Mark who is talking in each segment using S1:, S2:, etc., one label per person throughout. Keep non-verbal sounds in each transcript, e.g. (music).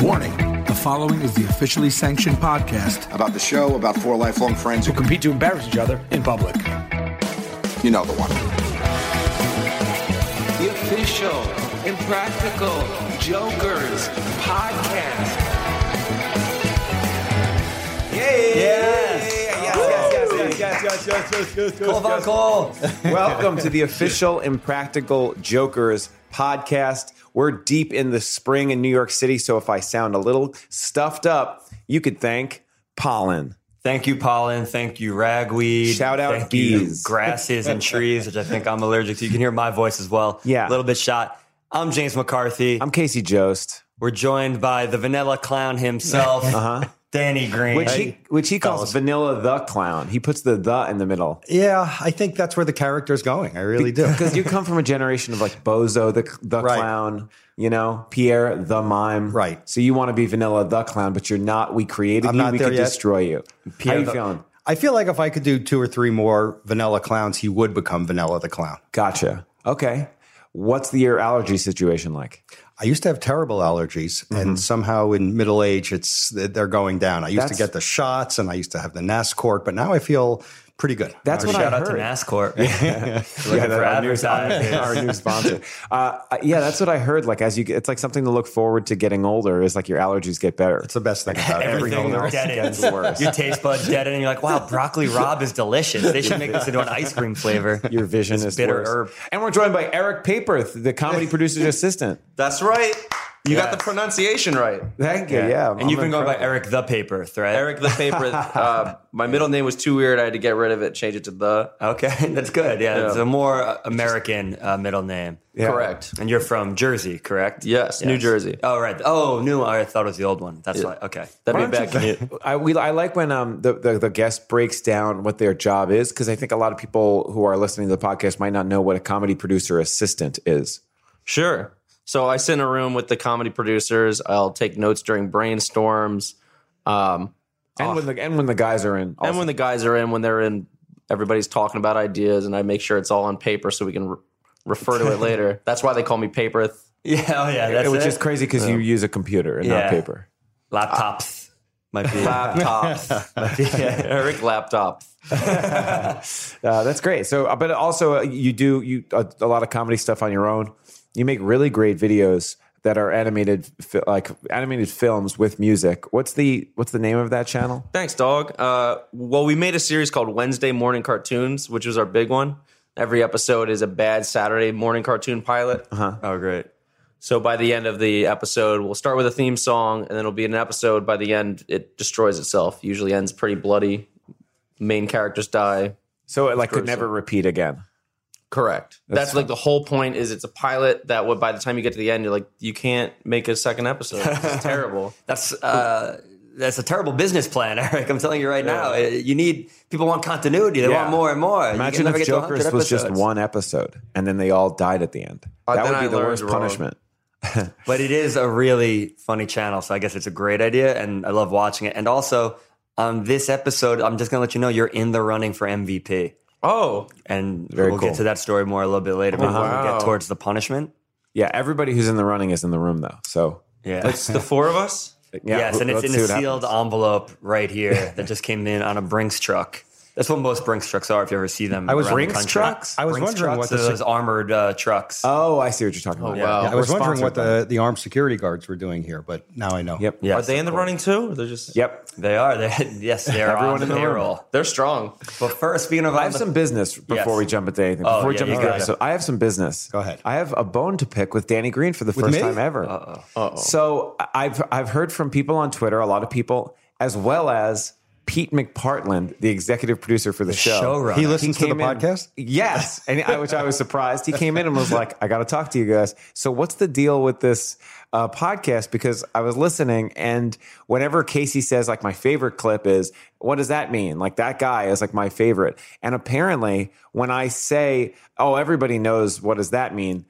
S1: Warning the following is the officially sanctioned podcast
S2: about the show, about four lifelong friends
S3: who
S2: who,
S3: compete to embarrass each other in public.
S2: you know the one.
S4: The official Impractical Jokers podcast.
S3: Call von Call.
S4: (laughs) Welcome to the official Impractical Jokers podcast. We're deep in the spring in New York City, so if I sound a little stuffed up, you could thank pollen.
S5: Thank you, pollen. Thank you, ragweed.
S4: Shout out
S5: Thank
S4: bees.
S5: You, grasses and trees, which I think I'm allergic to. You can hear my voice as well.
S4: Yeah.
S5: A little bit shot. I'm James McCarthy.
S4: I'm Casey Jost,
S5: We're joined by the vanilla
S4: (laughs)
S5: clown himself, uh-huh. Danny Green.
S4: which he which he calls Vanilla the Clown. He puts the the in the middle.
S6: (laughs) Yeah, I think that's where the character's going. I really do.
S4: Because you come from a generation of like Bozo the the
S6: Right.
S4: clown, you know, Pierre the mime,
S6: Right.
S4: So you want to be Vanilla the clown, but you're not. We created
S6: I'm
S4: you.
S6: not
S4: we
S6: there
S4: could
S6: yet.
S4: destroy you. How
S5: Pierre
S4: you
S5: the-
S4: feeling?
S6: (laughs) I feel like if I could do two or three more Vanilla Clowns, he would become Vanilla the Clown.
S4: Gotcha. Okay. What's the your allergy situation like?
S6: I used to have terrible allergies,
S4: Mm-hmm.
S6: and somehow in middle age, it's they're going down. I used
S4: That's-
S6: to get the shots, and I used to have the NASCORT, but now I feel pretty good.
S4: That's what
S5: Oh, Shout
S4: I
S5: out to
S4: heard.
S5: NASCOR. Looking
S4: Yeah,
S5: for
S4: our new-
S5: advertising.
S4: our
S5: (laughs)
S4: new sponsor. Uh, yeah, that's what I heard. Like as you, get, it's like something to look forward to getting older. Is like your allergies get better.
S6: It's the best thing
S4: (laughs)
S6: about
S4: Everything
S6: everything.
S4: else
S5: deadens.
S4: gets worse.
S5: Your taste bud dead, and you're like, "Wow, broccoli rob is delicious. They should make this into an ice cream flavor."
S4: your vision
S5: This
S4: is
S5: bitter
S4: worse.
S5: herb.
S4: And we're joined by Eric Paperth, the
S6: (laughs)
S4: comedy producer's assistant.
S7: That's right. You got the pronunciation right.
S4: Thank you. Yeah,
S5: And you've been going by Eric the Paper, right?
S7: Eric the paper.
S4: (laughs)
S7: uh, my middle name was too weird. I had to get rid of it. Change it to the.
S5: (laughs) Okay, (laughs) that's good. Yeah, it's
S7: Yeah.
S5: a more uh, American uh, middle name.
S7: Correct.
S5: And you're from Jersey, correct?
S7: Yes, New Jersey.
S5: Oh, right. Oh, new. I thought it was the old one. That's why. Okay.
S7: That'd be a bad
S4: (laughs)
S7: commute.
S4: I, we, I like when um, the, the, the guest breaks down what their job is because I think a lot of people who are listening to the podcast might not know what a comedy producer assistant is.
S7: Sure. So I sit in a room with the comedy producers. I'll take notes during brainstorms. Um,
S4: And when the and when the guys are in,
S7: and when the guys are in, when they're in, everybody's talking about ideas, and I make sure it's all on paper so we can re- refer to it later. That's why they call me paper.
S5: (laughs) Yeah. Oh, yeah. That's
S4: which
S5: it.
S4: is crazy because you use a computer and not
S5: Yeah.
S4: paper.
S5: Laptops might be.
S7: Laptops.
S5: might be- yeah.
S7: (laughs) Eric laptop.
S4: Uh, that's great. So, uh, but also uh, you do you a, a lot of comedy stuff on your own. You make really great videos that are animated, fi- like animated films with music. What's the what's the name of that channel?
S7: Thanks, dog. Uh, well, we made a series called Wednesday Morning Cartoons, which was our big one. Every episode is a bad Saturday morning cartoon pilot.
S5: Oh, great.
S7: So by the end of the episode, we'll start with a theme song, and then it'll be an episode. By the end, it destroys itself. Usually ends pretty bloody. Main characters die.
S4: So it like could never repeat again.
S7: Correct. That's, like the whole point. Is it's a pilot that would by the time you get to the end, you're like you can't make a second episode. (laughs) It's terrible.
S5: That's uh, that's a terrible business plan, (laughs) Eric. I'm telling you right now. Uh, You need people want continuity. They
S4: Yeah.
S5: want more and more. Uh, You can
S4: Imagine
S5: never
S4: if
S5: get to
S4: Joker's
S5: 100
S4: was just
S5: episodes.
S4: one episode and then they all died at the end.
S7: Uh,
S4: that
S7: then
S4: would be
S7: I
S4: the
S7: learned
S4: worst
S7: wrong.
S4: punishment.
S5: But it is a really funny channel, so I guess it's a great idea, and I love watching it. And also, on this episode, I'm just gonna let you know you're in the running for MVP,
S7: Oh,
S5: and
S4: Very
S5: we'll
S4: cool. Oh,
S5: get to that story more a little bit later. But we'll
S7: wow.
S5: get towards the punishment.
S4: Yeah, everybody who's in the running is in the room though. So
S5: Yeah.
S7: it's (laughs) the four of us.
S4: yeah,
S5: yes, and it's
S4: let's
S5: in
S4: see
S5: a
S4: what happens.
S5: sealed envelope right here that just came in on a Brinks truck. That's what most Brinks trucks are. If you ever see them,
S6: I was-
S5: around the
S6: Brinks
S5: country.
S4: trucks?
S6: I was
S5: Brinks
S6: wondering
S5: trucks
S6: what
S5: are
S6: the-
S5: those armored uh, trucks.
S4: Oh, I see what you're talking about.
S7: wow.
S4: Yeah,
S6: I was
S4: we're
S6: wondering
S4: sponsored
S6: what
S4: by-
S6: the, the armed security guards were doing here, but now I know.
S4: Yep.
S5: yes,
S7: Are they in the running too? Or they're just
S4: Yep.
S5: They are. They (laughs) yes, they're
S4: Everyone
S5: on the
S4: in the room.
S5: payroll.
S7: They're strong.
S5: But first, speaking of,
S4: I have some business before
S5: Yes.
S4: we jump into anything. Before
S5: Oh,
S4: we
S5: yeah,
S4: jump
S5: you
S4: into the
S5: got it.
S4: episode, I have some business.
S6: Go ahead.
S4: I have a bone to pick with Danny Green for the first
S6: me?
S4: time ever. Uh-oh. So I- I've I've heard from people on Twitter, a lot of people, as well as Pete McPartland, the executive producer for the, show,
S5: showrunner.
S6: He listens to the
S4: came in-
S6: podcast?
S4: Yes, and I, which I was surprised. He came in and was like, "I got to talk to you guys." So, what's the deal with this uh, podcast? Because I was listening, and whenever Casey says, "Like my favorite clip is," what does that mean? Like that guy is like my favorite. And apparently, when I say, "Oh, everybody knows," what does that mean?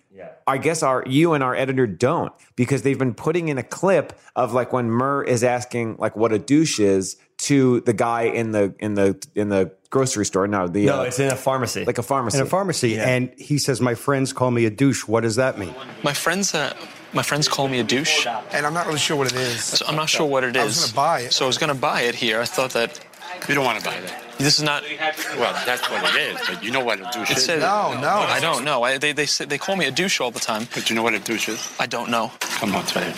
S4: I guess our you and our editor don't because they've been putting in a clip of like when Murr is asking like what a douche is to the guy in the in the in the grocery store. No, the
S5: No,
S4: uh,
S5: it's in a pharmacy.
S4: like a pharmacy.
S6: in a pharmacy, and he says, "My friends call me a douche. What does that mean?"
S8: My friends, uh, my friends call me a douche.
S9: And I'm not really sure what it is.
S8: So I'm not sure what it is.
S9: I was gonna buy it.
S8: So I was gonna buy it here. I thought that
S10: You don't want to buy that.
S8: this is not.
S10: Well, that's what it is, but you know what a douche
S8: It
S10: is.
S8: said
S9: No, no.
S8: I don't know. I, they they say, they call me a douche all the time.
S10: but you know what a douche is?
S8: I don't know.
S10: Come on, Tony.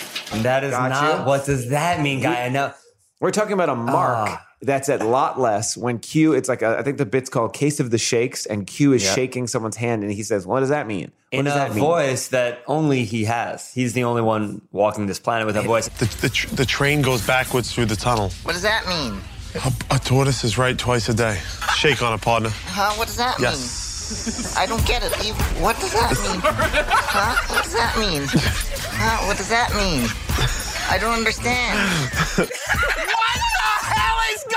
S5: that is
S4: Got
S5: not
S4: you.
S5: what does that mean, guy? I know.
S4: We're talking about a mark
S5: Ah.
S4: that's at lot less when Q. It's like a, I think the bit's called "Case of the Shakes," and Q is shaking someone's hand, and he says, "What does that mean?" What
S5: in
S4: does
S5: a
S4: that mean?
S5: voice that only he has. He's the only one walking this planet with a voice.
S9: The, the, tr- the train goes backwards through the tunnel.
S11: What does that mean?
S9: A, a tortoise is right twice a day. Shake on it, partner.
S11: Huh? What does that
S9: Yes.
S11: mean? I don't get it. You- What does that
S9: (laughs)
S11: mean? huh? What does that mean? Huh? What does that mean? I don't understand. what the hell is going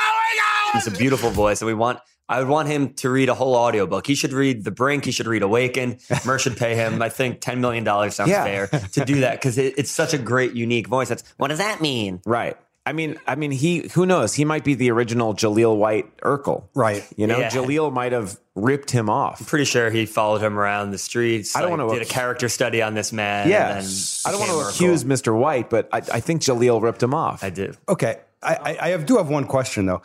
S11: on?
S5: It's a beautiful voice, and we want. I would want him to read a whole audiobook. He should read The Brink. He should read Awakened. Mer should pay him, I think, $10 million sounds
S4: Yeah.
S5: fair to do that because it, it's such a great, unique voice. That's what does that mean?
S4: Right. I mean, I mean, he. Who knows? He might be the original Jaleel White Urkel.
S6: Right.
S4: You know,
S5: Yeah.
S4: Jaleel might have ripped him off.
S5: Pretty sure he followed him around the streets.
S4: I don't
S5: like,
S4: wanna-
S5: Did a character study on this man.
S4: Yeah,
S5: and then
S4: I don't want
S5: became
S4: to
S5: Urkel.
S4: accuse Mr. White, but I, I think Jaleel ripped him off.
S5: I do.
S6: Okay, I, I, I have, do have one question though.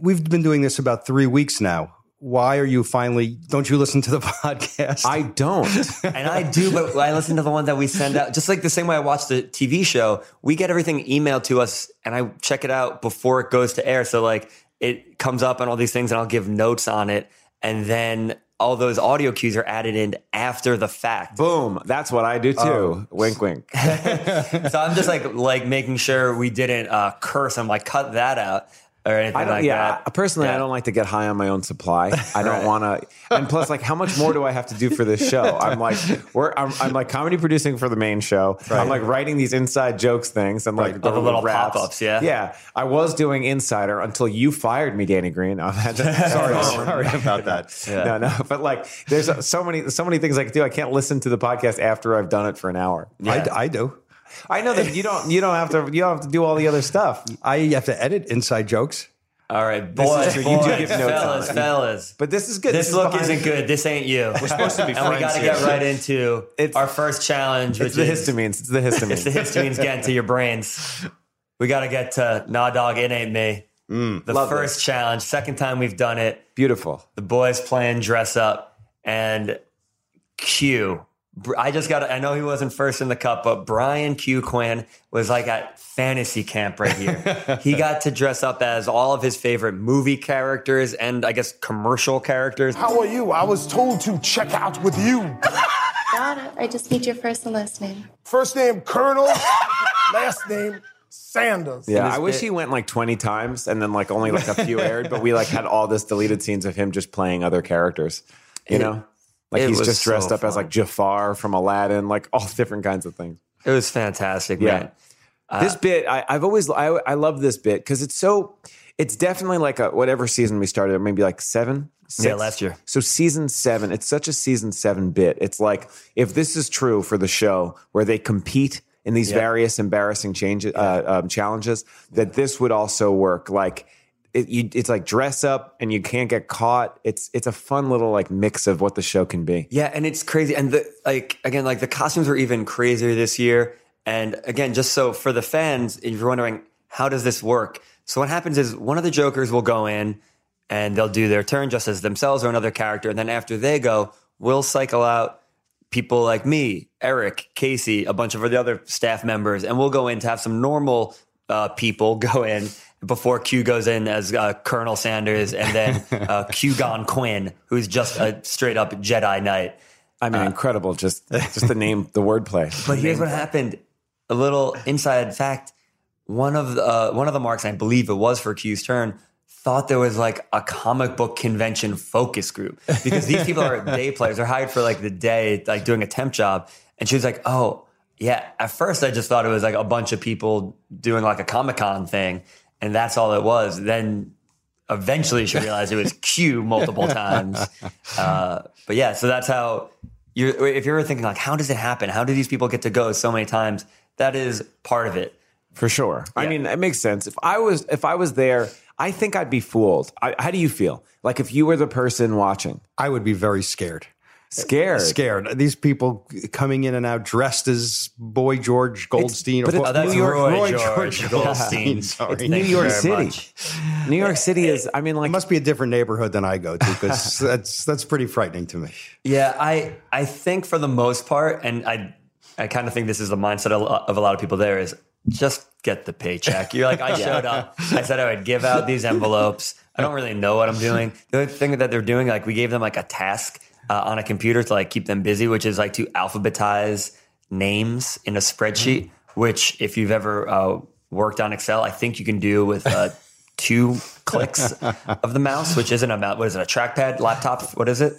S6: We've been doing this about three weeks now. Why are you finally? Don't you listen to the (laughs) podcast?
S4: I
S5: (laughs)
S4: don't.
S5: And I do, but I listen to the one that we send out. Just like the same way I watch the TV show, we get everything emailed to us and I check it out before it goes to air. So like it comes up on all these things and I'll give notes on it. And then all those audio cues are added in after the fact.
S4: Boom. That's what I do too.
S5: Oh.
S4: Wink, wink.
S5: So I'm just like like making sure we didn't uh, curse. I'm like cut that out or anything
S4: I don't.
S5: like
S4: yeah.
S5: that.
S4: Personally, I
S5: Yeah.
S4: don't like to get high on my own supply.
S5: (laughs)
S4: I don't want to. And plus, like, how much more do I have to do for this
S5: (laughs)
S4: show? I'm like, we're. I'm, I'm like comedy producing for the main show. I'm like writing these inside jokes things and like
S5: Right. All the little
S4: raps.
S5: pop-ups, yeah.
S4: Yeah. I was doing Insider until you fired me, Danny Green. I'm (laughs) sorry.
S5: (laughs)
S6: Sorry about that.
S4: No, no. But like, there's so many, so many things I can do. I can't listen to the podcast after I've done it for an hour.
S6: I, I do.
S4: I know that you don't, you don't have to, you don't have to do all the other stuff.
S6: I have to edit inside jokes.
S5: All right, boys,
S4: true. You do
S5: boys,
S4: give notes on
S5: fellas,
S4: it.
S5: fellas.
S4: But this is good.
S5: This, look
S4: behind-
S5: isn't good. This ain't you. We're supposed to be and we
S4: friends
S5: got to
S4: here.
S5: get right into
S4: It's-
S5: our first challenge,
S4: It's
S5: which
S4: the
S5: is
S4: histamines. It's the
S5: it's the
S4: histamines.
S5: histamine's getting to your brains. We got to get to Nah Dog, It Ain't Me. the
S4: Mm, love
S5: first challenge, second time we've done it.
S4: Beautiful.
S5: The boys playing dress up and Q. Br- I just got. I know he wasn't first in the cup, but Brian Q Quinn was like at fantasy camp
S4: (laughs)
S5: right here. he got to dress up as all of his favorite movie characters and I guess commercial characters.
S9: How are you? I was told to check out with you.
S11: Got it. I just need your first and last name.
S9: First name Colonel, (laughs) last name Sanders.
S4: Yeah, I wish he went like 20 times and then like only like a few aired, but we like had all this deleted scenes of him just playing other characters, you know? Like
S5: it
S4: he's
S5: was
S4: just dressed
S5: so
S4: up as
S5: fun.
S4: like Jafar from Aladdin, like all (laughs) different kinds of things.
S5: It was fantastic,
S4: Yeah. Uh,
S5: man.
S4: this bit, I, I've always, I, I love this bit because it's so, it's definitely like a, whatever season we started, maybe like seven.
S5: Yeah,
S4: six?
S5: last year.
S4: So season seven, it's such a season seven bit. It's like if this is true for the show where they compete in these
S5: Yeah.
S4: various embarrassing changes uh, um, challenges, that this would also work. Like it, you, it's like dress up and you can't get caught. It's it's a fun little like mix of what the show can be.
S5: Yeah, and it's crazy. And the like again, like the costumes were even crazier this year. And again, just so for the fans, if you're wondering how does this work, so what happens is one of the Jokers will go in and they'll do their turn just as themselves or another character, and then after they go, we'll cycle out people like me, Eric, Casey, a bunch of the other staff members, and we'll go in to have some normal uh, people (laughs) go in before Q goes in as uh, Colonel Sanders, and then uh, Q Gon Quinn, who's just a straight up Jedi Knight.
S4: I mean, incredible. Just Uh, (laughs) just the name, the wordplay.
S5: But here's what happened: a little inside fact. One of the, uh, one of the marks, I believe it was for Q's turn, thought there was like a comic book convention focus group because these people are day players. They're hired for like the day, like doing a temp job. And she was like, oh, yeah. At first, I just thought it was like a bunch of people doing like a Comic Con thing. And that's all it was. Then eventually she realized
S4: (laughs)
S5: it was Q multiple times. Uh, but yeah, so that's how you're, if you're ever thinking like, how does it happen? How do these people get to go so many times? That is part of it.
S4: For sure. I mean, it makes sense. If I was if I was there, I think I'd be fooled. I, how do you feel? Like if you were the person watching,
S6: I would be very scared.
S4: Scared.
S6: Scared. These people coming in and out dressed as Boy George Goldstein.
S4: but it's
S6: Boy-
S4: Oh, that's Roy
S5: George Goldstein.
S6: sorry.
S4: It's New York City. New York City is. I mean,
S6: It
S4: like
S6: (laughs) must be a different neighborhood than I go to
S4: (laughs)
S6: because that's that's pretty frightening to me.
S5: Yeah, I I think for the most part, and I I kind of think this is the mindset of a lot- of a lot of people. There is just get the paycheck. You're like, I showed up. I said I would give out these envelopes. I don't really know what I'm doing. The other thing that they're doing, like we gave them like a task uh, on a computer to like keep them busy, which is like to alphabetize names in a spreadsheet. Which, if you've ever uh, worked on Excel, I think you can do with. Uh, Two clicks of the mouse, which isn't a mouse. What is it? A trackpad, laptop? What is it?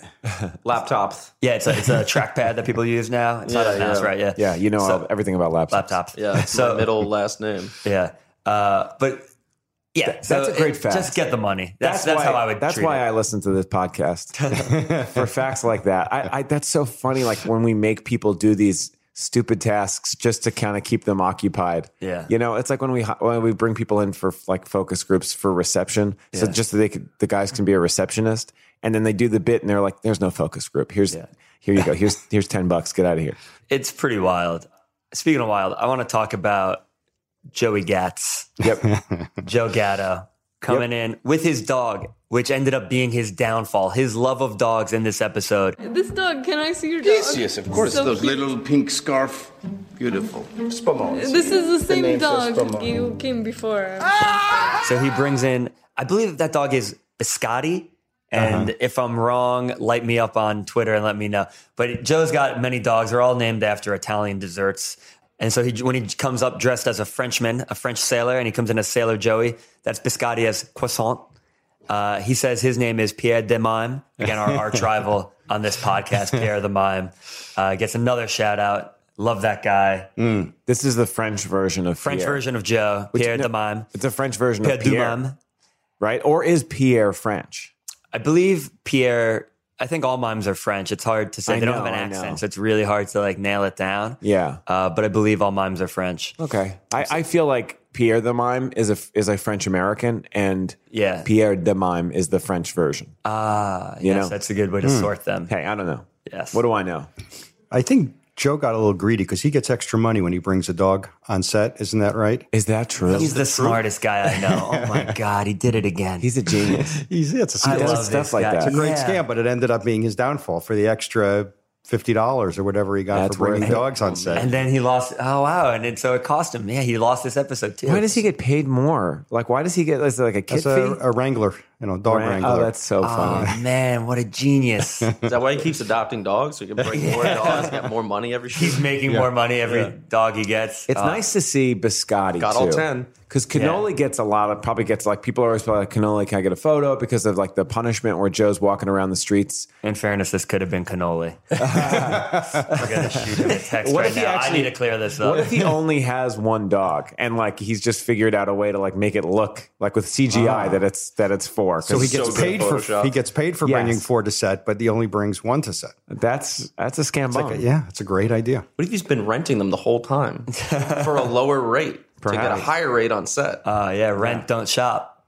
S7: Laptop.
S5: Yeah, it's a, it's a (laughs) trackpad that people use now. It's not
S7: Yeah,
S5: a mouse,
S7: yeah.
S5: right? Yeah.
S4: yeah, you know
S5: So-
S4: everything about laptops.
S5: Laptop.
S7: Yeah, (laughs) it's
S5: So-
S7: my middle last name.
S5: Yeah. Uh, but yeah,
S4: That's
S5: so
S4: a great
S5: it-
S4: fact.
S5: Just get the money. That's that's,
S4: why,
S5: how I would.
S4: That's
S5: treat
S4: why
S5: it.
S4: I listen to this
S5: (laughs)
S4: podcast for facts like that. I, I that's so funny. Like when we make people do these stupid tasks just to kind of keep them occupied.
S5: Yeah.
S4: you know, it's like when we hi- when we bring people in for like focus groups for reception. So
S5: Yeah.
S4: just so they could, the guys can be a receptionist, and then they do the bit, and they're like, "There's no focus group. Here's here you go. Here's here's ten bucks. Get out of here."
S5: It's pretty wild. Speaking of wild, I want to talk about Joey Gatz, (laughs)
S4: Yep.
S5: Joe Gatto, coming in with his dog, which ended up being his downfall. His love of dogs in this episode.
S12: This dog, can I see your dog?
S13: Yes, yes, of course.
S12: So
S13: Those
S12: cute.
S13: little pink scarf, beautiful. Spumons.
S12: This is the same
S13: name
S12: dog
S13: says Spumon.
S12: you came before.
S5: So he brings in, I believe that dog is Biscotti. And
S4: Uh-huh.
S5: if I'm wrong, light me up on Twitter and let me know. But Joe's got many dogs. They're all named after Italian desserts. And so he, when he comes up dressed as a Frenchman, a French sailor, and he comes in as Sailor Joey, that's Biscotti as Croissant. Uh, he says his name is Pierre de Mime. Again,
S4: (laughs)
S5: our arch rival on this podcast, Pierre the Mime, uh, gets another shout out. Love that guy.
S4: this is the French version of
S5: French
S4: Pierre.
S5: version of Joe,
S4: Which-
S5: Pierre
S4: no,
S5: de Mime.
S4: It's a French version
S5: Pierre
S4: of
S5: du
S4: Pierre,
S5: Mime.
S4: right? Or is Pierre French?
S5: I believe Pierre. I think all mimes are French. It's hard to say.
S4: I
S5: they
S4: know,
S5: don't have an
S4: I know.
S5: accent, so it's really hard to like nail it down.
S4: Yeah.
S5: Uh, but I believe all mimes are French.
S4: Okay, I, I feel like Pierre the Mime is a is a French American, and
S5: Yeah.
S4: Pierre de Mime is the French version.
S5: Ah,
S4: You
S5: yes,
S4: know. Hmm.
S5: that's a good way to sort them.
S4: hey, I don't know.
S5: Yes.
S4: What do I know?
S6: I think Joe got a little greedy because he gets extra money when he brings a dog on set. Isn't that right?
S4: Is that true?
S5: He's the, smartest guy I know. Oh my
S4: (laughs)
S5: god, he did it again.
S4: He's a genius.
S6: (laughs) He's, it's a
S5: I
S6: scam.
S4: does
S5: love
S4: stuff
S5: this
S4: like
S5: guy.
S4: that. It's a
S6: It's a great
S5: Yeah.
S6: scam, but it ended up being his downfall for the extra fifty dollars or whatever he got
S4: That's
S6: for bringing
S4: worth it.
S6: dogs on set.
S5: And then he lost. Oh wow! And it, so it cost him. Yeah, he lost this episode too.
S4: (laughs) Why does he get paid more? Like, why does he get is it like a kid
S6: That's
S4: fee?
S6: a, a wrangler, you know, dog
S4: Right?
S6: wrangler. Uh,
S4: Oh, that's so funny.
S5: Oh man, what
S4: (laughs)
S5: a genius!
S7: Is that why he keeps adopting dogs? So he can bring more dogs, get more money every
S5: He's
S7: shoot.
S5: making more money every dog he gets.
S4: It's
S5: Uh,
S4: nice to see Biscotti.
S7: Got all 10.
S4: Because cannoli
S5: Yeah.
S4: gets a lot of probably gets like people are always like cannoli. Can I get a photo? Because of like the punishment where Joe's walking around the
S6: (laughs)
S4: streets.
S5: In fairness, this could have
S4: (laughs)
S5: been cannoli. We're gonna shoot him a text
S4: What
S5: right
S4: if he
S5: now. I
S4: actually-
S5: need to clear this up.
S4: What if he only has one dog and like he's just figured out a way to like make it look like with CGI that it's that it's four? 'Cause
S6: Ah. so he
S7: so
S6: gets
S7: good
S6: paid
S7: at
S6: for
S7: Photoshop.
S6: he gets paid for
S4: Yes.
S6: bringing four to set, but he only brings one to set.
S4: that's that's a scam bomb.
S6: Like, yeah, it's a great idea.
S7: What if he's been renting them the whole time for a lower rate to get a
S4: Perhaps.
S7: higher rate on set?
S5: Uh, yeah, rent don't shop.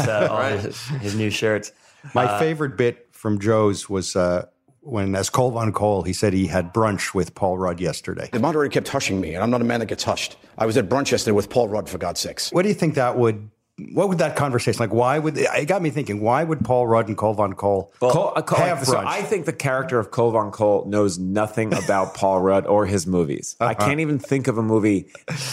S4: (laughs)
S5: uh, all
S7: Right.
S5: his, his new shirts.
S6: My favorite bit from Joe's was uh, when, as Cole von Cole, he said he had brunch with Paul Rudd yesterday.
S14: The moderator kept hushing me, and I'm not a man that gets hushed. I was at brunch yesterday with Paul Rudd, for God's sakes.
S6: What do you think that would? What would that conversation like? Why would it got me thinking? Why would Paul Rudd and Cole von Cole
S4: Cole, uh, Cole-
S6: have
S4: so
S6: brunch?
S4: I think the character of Cole von Cole knows nothing
S6: (laughs)
S4: about Paul Rudd or his movies.
S6: Uh-huh.
S4: I can't even think of a movie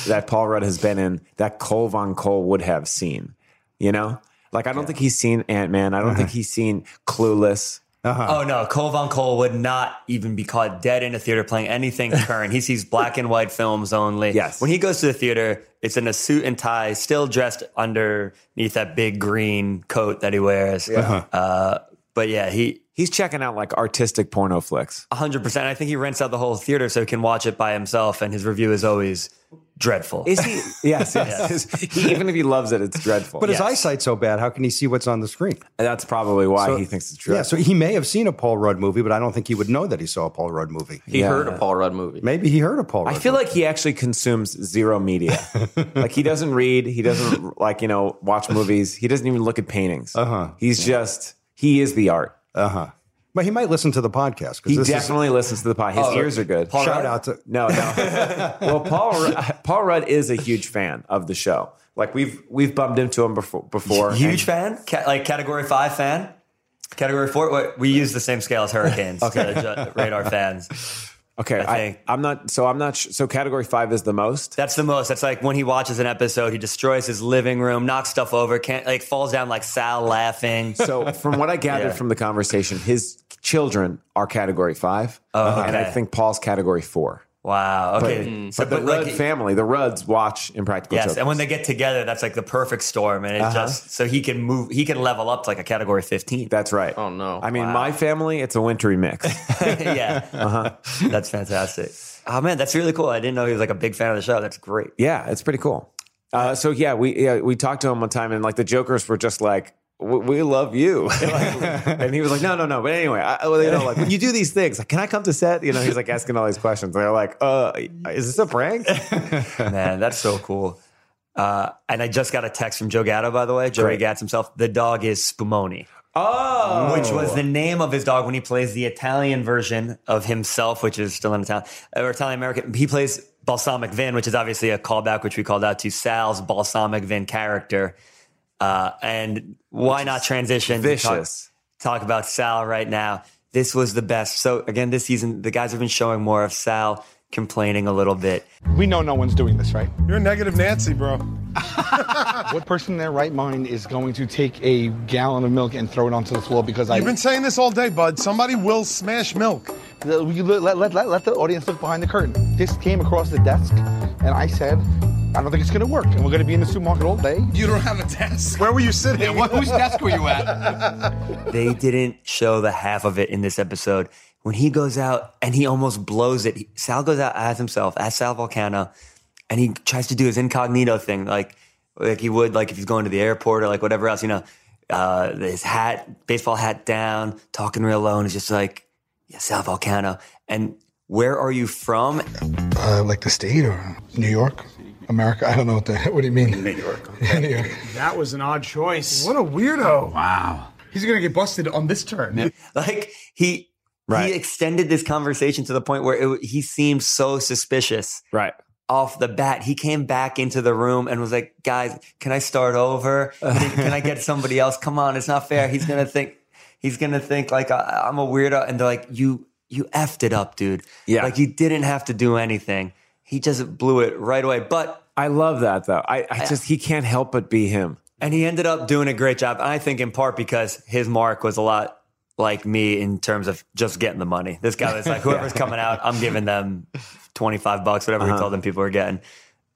S4: that Paul Rudd has been in that Cole von Cole would have
S6: Uh-huh.
S4: seen. You know, like I don't think he's seen Ant Man. I don't think he's seen Clueless.
S5: Oh no, Cole Von Cole would not even be caught dead in a theater playing
S4: (laughs)
S5: anything current. he sees black and white films only. Yes. When he goes to the theater, it's in a suit and tie, still dressed underneath that big green coat that he wears.
S4: Yeah. Uh-huh.
S5: Uh, but yeah, he
S4: he's checking out like artistic porno flicks.
S5: hundred percent. I think he rents out the whole theater so he can watch it by himself, and his review is always dreadful.
S4: Is he? (laughs) Yes, yes. (laughs) He- even if he loves it, it's dreadful.
S6: But his eyesight's so bad, how can he see what's on the screen?
S4: And that's probably why
S6: So-
S4: he thinks it's true.
S6: Yeah, so he may have seen a Paul Rudd movie, but I don't think he would know that he saw a Paul Rudd movie.
S7: He heard a Paul Rudd movie.
S6: Maybe he heard a Paul Rudd.
S4: I feel like he actually consumes zero
S6: (laughs)
S4: media. like he doesn't read, he doesn't like you know watch movies, he doesn't even look at paintings. Uh
S6: Uh-huh.
S4: huh. He's just he is the art.
S6: Uh huh. But he might listen to the podcast. 'cause
S4: He
S6: this is-
S4: definitely listens to the pod. His
S6: Oh,
S4: ears are good.
S6: Paul Shout Rudd? out to-
S4: no, no. well, Paul Ru- Paul Rudd is a huge fan of the show. Like we've we've bumped into him before. Before
S5: Huge
S4: and-
S5: fan, Ca- like category five fan, category four. What- We use the same scale as (laughs) hurricanes
S4: Okay.
S5: to ju- rate our fans.
S4: Okay,
S5: I
S4: I, I'm not. So I'm not. Sh- so category five is the most.
S5: That's the most. That's like when he watches an episode, he destroys his living room, knocks stuff over, can't like falls down like Sal laughing.
S4: So from
S6: (laughs)
S4: what I gathered
S5: Yeah.
S4: from the conversation, his children are category five,
S5: Oh,
S4: and I
S5: okay.
S4: think Paul's category four.
S5: wow,
S4: But-
S5: okay.
S4: But,
S5: So,
S4: the
S5: but,
S4: Rudd
S5: like-
S4: family, the Rudds watch Impractical
S5: Yes,
S4: Jokers.
S5: and when they get together, that's like the perfect storm, and it's
S4: Uh-huh.
S5: just so he can move, he can level up to like a category fifteen.
S4: That's right. Oh
S7: no!
S4: I mean,
S5: Wow.
S4: my family, it's a wintry mix.
S5: (laughs) yeah,
S4: Uh-huh.
S5: that's fantastic. Oh man, that's really cool. I didn't know he was like a big fan of the show. That's great.
S4: yeah, it's pretty cool. Uh, so yeah, we yeah, we talked to him one time, and like the Jokers were just like. "We- We love you, (laughs) Like, and he was like, "No, no, no." But anyway, I, well, you know, like when you do these things, like, can I come to set? You know, he's like asking all these questions. They're like, "Uh, is this a prank?"
S5: Man, that's
S4: (laughs)
S5: so cool. Uh, and I just got a text from Joe Gatto, by the way. Joey Gatz himself. The dog is Spumoni.
S4: Oh,
S5: Which was the name of his dog when he plays the Italian version of himself, which is still in Italian or Italian American. He plays Balsamic Vin, which is obviously a callback, which we called out to Sal's Balsamic Vin character. Uh, and why not transition? to talk-
S4: vicious.
S5: talk about Sal right now. This was the best. So again, this season, the guys have been showing more of Sal complaining a little bit.
S15: We know no one's doing this, right?
S9: You're a negative Nancy, bro.
S15: what person in their right mind is going to take a gallon of milk and throw it onto the floor because I.
S9: You've been saying this all day, bud. Somebody will smash milk.
S15: The- we let, let, let, let the audience look behind the curtain. This came across the desk, and I said, I don't think it's going to work, and we're going to be in the supermarket all day.
S9: You don't have a desk. Where were you sitting?
S15: Yeah, what- whose desk were you at?
S5: They didn't show the half of it in this episode. When he goes out and he almost blows it, he- Sal goes out as himself, as Sal Volcano, and he tries to do his incognito thing, like like he would, like if he's going to the airport or like whatever else, you know, uh, his hat, baseball hat down, talking real low, and he's just like, yeah, Sal Volcano. And where are you
S15: (laughs)
S5: from? (laughs)
S15: Uh, like the state or New York? America? I don't know what the What do you mean? New York. (laughs) New York.
S16: That was an odd choice.
S9: What a weirdo.
S16: Wow. He's going to get busted on this turn.
S5: like he he extended this conversation to the point where it, he seemed so suspicious
S4: right
S5: off the bat he came back into the room and was like guys can i start over can can i
S4: (laughs)
S5: get somebody else come on it's not fair he's gonna think he's gonna think like I, i'm a weirdo and they're like you you effed it up dude
S4: Yeah.
S5: like you didn't have to do anything he just blew it right away but
S4: I love that though. I, I just he can't help but be him.
S5: and he ended up doing a great job. And I think in part because his mark was a lot like me in terms of just getting the money. This guy was
S4: (laughs)
S5: like, whoever's coming out, I'm giving them 25 bucks, whatever he
S4: Uh-huh.
S5: told them people were getting.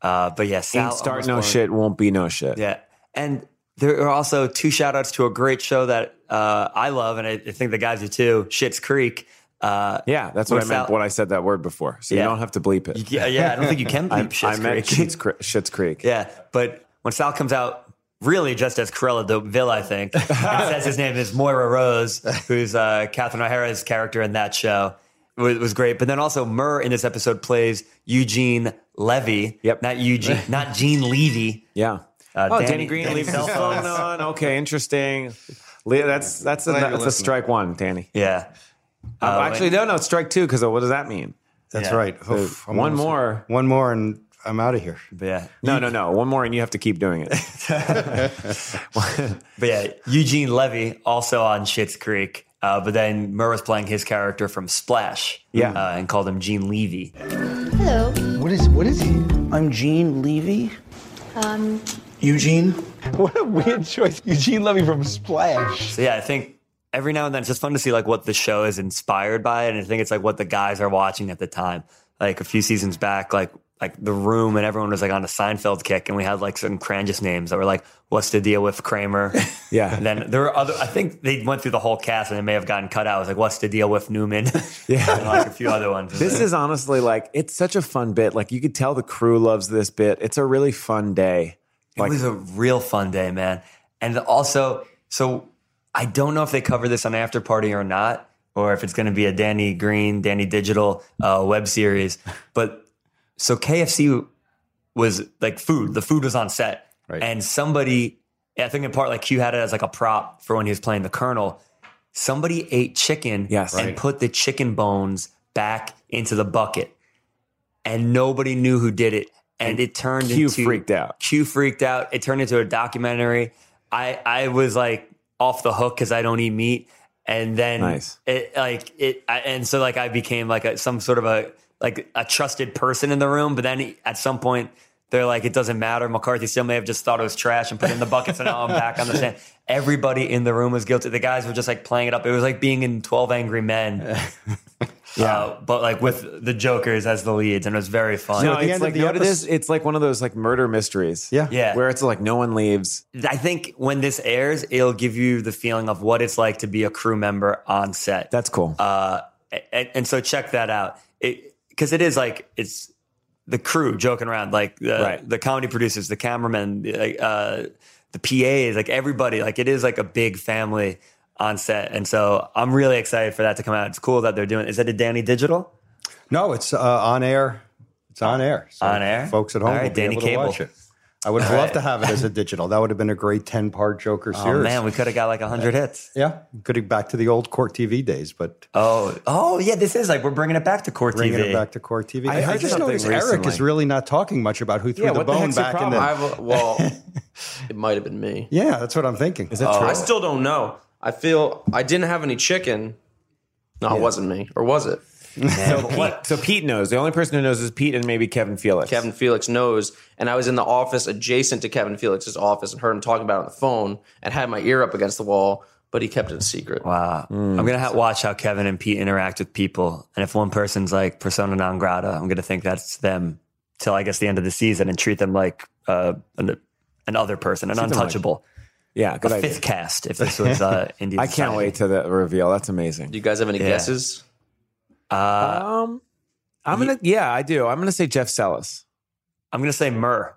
S5: Uh, but yeah, Sal
S4: Ain't start
S5: almost
S4: no
S5: won.
S4: shit won't be no shit.
S5: Yeah. And there are also two shout outs to a great show that uh, I love, and I I think the guys do too Shits Creek. Uh,
S4: Yeah, that's what
S5: where
S4: I meant
S5: Sal-
S4: when I said that word before. So
S5: Yeah.
S4: you don't have to bleep it.
S5: Yeah, yeah, I don't think you
S4: (laughs)
S5: can
S4: I,
S5: bleep Schitt's
S4: I meant
S5: Creek.
S4: Schitt's, Cre- Schitt's Creek.
S5: (laughs) Yeah, but when Sal comes out, really just as Cruella de Vil,
S4: (laughs)
S5: I think, and says his name is Moira Rose, who's uh, Catherine O'Hara's character in that show, it was, was great. But then also Murr in this episode plays Eugene Levy. Yep, not Eugene, not Gene
S4: (laughs)
S5: Levy.
S4: Yeah.
S5: Uh,
S4: oh, Danny, Green leaves his
S5: Danny
S4: phone
S5: Selfos.
S4: on. Okay, interesting. Le- That's that's a,
S5: Glad you're
S4: that's a
S5: listening.
S4: strike one, Danny.
S5: Yeah.
S4: Um,
S5: Uh,
S4: actually, no, no, it's strike two. Because what does that mean?
S6: That's
S4: Yeah.
S6: right.
S4: So
S6: Oof, I'm
S4: one
S6: almost-
S4: more.
S6: One more, and I'm out of here.
S5: Yeah.
S4: No, no, no. One more, and you have to keep doing (laughs) it.
S5: But yeah, Eugene Levy also on Schitt's Creek. Uh, but then Murr was playing his character from Splash.
S4: Yeah.
S5: Uh, and called him Gene Levy.
S17: Hello.
S18: What is what is he? I'm Gene Levy.
S17: Um,
S18: Eugene. What a weird choice, Eugene Levy from Splash.
S5: So yeah, I think every now and then it's just fun to see like what the show is inspired by, and I think it's like what the guys are watching at the time. Like a few seasons back, like like the room and everyone was like on a Seinfeld kick, and we had like some Cranjus names that were like, "What's the deal with Kramer?"
S4: (laughs) Yeah.
S5: And then there were other. I think they went through the whole cast, and they may have gotten cut out. It was like, "What's the deal with Newman?" (laughs) Yeah. and like a few other
S4: (laughs)
S5: ones.
S4: This is honestly like it's such a fun bit. Like you could tell the crew loves this bit. It's a really fun day. Like
S5: it was a real fun day, man. And also, so I don't know if they cover this on After Party or not, or if it's going to be a Danny Green, Danny Digital uh, web series. But so KFC was like food. The food was on set, and somebody, I think in part, like Q had it as like a prop for when he was playing the Colonel. Somebody ate chicken,
S4: Yes.
S5: and
S4: Right.
S5: put the chicken bones back into the bucket and nobody knew who did it. And it turned
S4: Q
S5: into
S4: freaked out.
S5: Q freaked out. It turned into a documentary. I I was like off the hook because I don't eat meat. And then
S4: Nice.
S5: it like it I, and so like I became like a, some sort of a like a trusted person in the room. But then at some point they're like, it doesn't matter. McCarthy still may have just thought it was trash and put it in the bucket. So now I'm back on the stand. Everybody in the room was guilty. The guys were just like playing it up. It was like being in Twelve Angry Men. Yeah, but like with the Jokers as the leads, and it was very fun.
S4: Oh, no, it's like you know what it is? It's like one of those like murder mysteries. Yeah.
S5: Yeah.
S4: Where it's like no one leaves.
S5: I think when this airs, it'll give you the feeling of what it's like to be a crew member on set.
S4: That's cool.
S5: Uh, and, and so check that out. It because it is like it's the crew joking around, like the,
S4: Right.
S5: the comedy producers, the cameramen, the, uh, the PAs, like everybody. Like it is like a big family on set, and so I'm really excited for that to come out. It's cool that they're doing. Is that a Danny Digital?
S6: No, it's uh, on air. It's on air. So
S5: On air?
S6: Folks at home
S5: All right,
S6: will be
S5: Danny
S6: able to
S5: Cable.
S6: watch it. I would have
S5: All
S6: loved to
S5: right.
S6: have it as a digital. That would have been a great 10 part Joker
S5: Oh
S6: series.
S5: man, we could have got like hundred hits.
S6: yeah, could have back to the old court TV days, but
S5: Oh, oh yeah, this is like we're bringing it back to core
S6: bringing
S5: TV.
S6: it back to court TV.
S4: I
S6: I,
S4: heard
S6: just
S4: something
S6: noticed Eric
S4: recently.
S6: is really not talking much about who threw
S4: Yeah,
S6: the
S4: what the
S6: bone
S4: heck's your
S6: back in
S4: problem?
S6: the.
S7: I've, well, it might have been me. Uh,
S6: yeah, that's what I'm thinking. Is it
S5: Oh.
S7: I still don't know. I feel I didn't have any chicken. No, it wasn't me. Or was it?
S6: (laughs)
S4: So Pete, so Pete knows. The only person who knows is Pete and maybe Kevin Felix.
S7: Kevin Felix knows. And I was in the office adjacent to Kevin Felix's office and heard him talking about it on the phone and had my ear up against the wall, but he kept it a secret.
S5: Wow.
S4: Hmm.
S5: I'm gonna ha- watch how Kevin and Pete interact with people, and if one person's like persona non grata, I'm gonna think that's them till I guess the end of the season, and treat them like uh, an, an other person, an
S4: Treat them like-
S5: untouchable,
S4: Yeah, good
S5: a
S4: idea.
S5: fifth cast. If this
S4: (laughs)
S5: was uh, Indian,
S4: I can't
S5: Society.
S4: wait to the reveal. That's amazing.
S7: Do you guys have any
S5: Yeah.
S7: guesses?
S5: Uh,
S4: Um, I'm gonna. Yeah, I do. I'm gonna say Jeff Sellis.
S5: I'm gonna say Murr.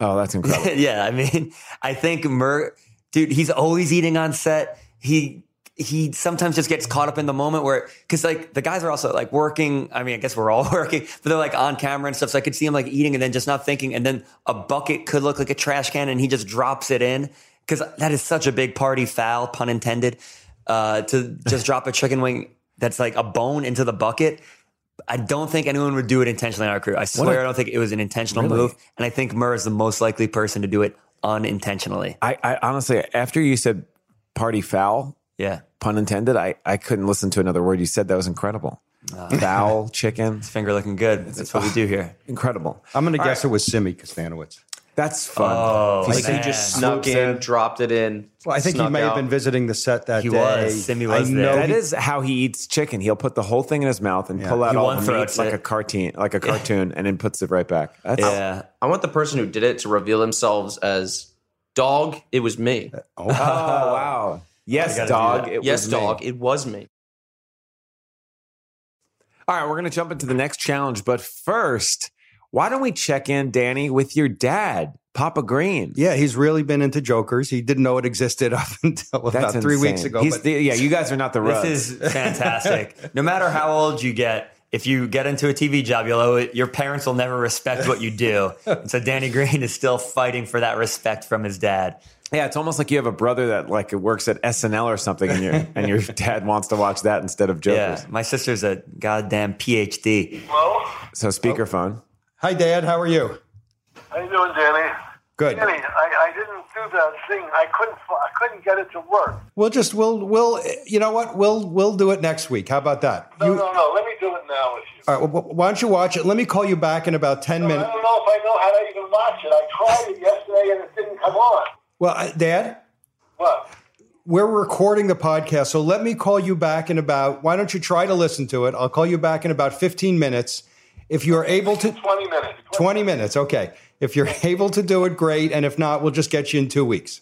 S4: Oh, that's incredible.
S5: (laughs) yeah, I mean, I think Mer, dude, he's always eating on set. He he sometimes just gets caught up in the moment where because like the guys are also like working. I mean, I guess we're all (laughs) working, but they're like on camera and stuff. So I could see him like eating and then just not thinking, and then a bucket could look like a trash can, and he just drops it in because that is such a big party foul, pun intended, uh, to just drop a chicken wing that's like a bone into the bucket. I don't think anyone would do it intentionally on our crew. I swear, I I don't think it was an intentional
S4: Really?
S5: move. And I think Murr is the most likely person to do it unintentionally.
S4: (laughs) I, I honestly, after you said "party foul,"
S5: Yeah.
S4: pun intended, I I couldn't listen to another word you said. That was incredible. Uh, (laughs) foul chicken,
S5: Finger looking good. That's what we do here.
S4: incredible.
S6: I'm going to guess it was Simi Kostanowicz.
S4: That's fun.
S5: Oh,
S4: If
S7: Like he
S5: man.
S7: just
S4: Swoops
S7: snuck in,
S4: in.
S7: dropped it in.
S6: Well, I think he
S7: snuck
S6: may have
S7: out.
S6: been visiting the set that
S5: He
S6: day.
S5: was. Simi was
S6: I
S5: there.
S6: know
S4: That
S6: he-
S4: is how he eats chicken. He'll put the whole thing in his mouth and
S6: Yeah.
S4: pull out
S5: He
S4: all
S5: one
S4: the
S5: throats
S4: meats like
S5: it.
S4: a cartoon, (laughs) like a cartoon, and then puts it right back. That's,
S5: yeah.
S7: I want the person who did it to reveal themselves as dog, it was me.
S6: Oh,
S4: (laughs) Oh wow! Yes,
S5: gotta do
S4: dog.
S5: that.
S4: It
S7: yes,
S4: was me.
S7: dog, it was me.
S4: All right, we're going to jump into the next challenge, but first, why don't we check in, Danny, with your dad, Papa Green?
S6: Yeah, he's really been into Jokers. He didn't know it existed up (laughs) until about
S4: That's
S6: three
S4: insane.
S6: weeks ago.
S4: He's
S6: but-
S4: the-
S6: (laughs)
S4: yeah, you guys are not the road.
S5: This is fantastic. no matter how old you get, if you get into a TV job, you'll owe it, your parents will never respect what you do. And so Danny Green is still fighting for that respect from his dad.
S4: yeah, it's almost like you have a brother that like works at SNL or something, and your and
S6: (laughs)
S4: your dad wants to watch that instead of Jokers.
S5: Yeah. My sister's a goddamn PhD.
S19: Hello?
S4: So speakerphone.
S6: Hi, Dad. How are you?
S19: How you doing, Danny?
S6: Good.
S19: Danny, I, I didn't do that thing. I couldn't fi- I couldn't get it to work.
S6: We'll just we'll we'll you know what we'll we'll do it next week. How about that?
S19: No,
S6: You-
S19: no, no. Let me do it now with you.
S6: all right. Well, why don't you watch it? Let me call you back in about ten
S19: I
S6: minutes.
S19: don't know if I know how to even watch it. I tried it yesterday and it didn't come on.
S6: Well, I- Dad,
S19: What?
S6: we're recording the podcast, so let me call you back in about. Why don't you try to listen to it? I'll call you back in about 15 minutes. If you're able to,
S19: 20 minutes.
S6: 20 minutes, okay. If you're (laughs) able to do it, great. And if not, we'll just get you in two weeks.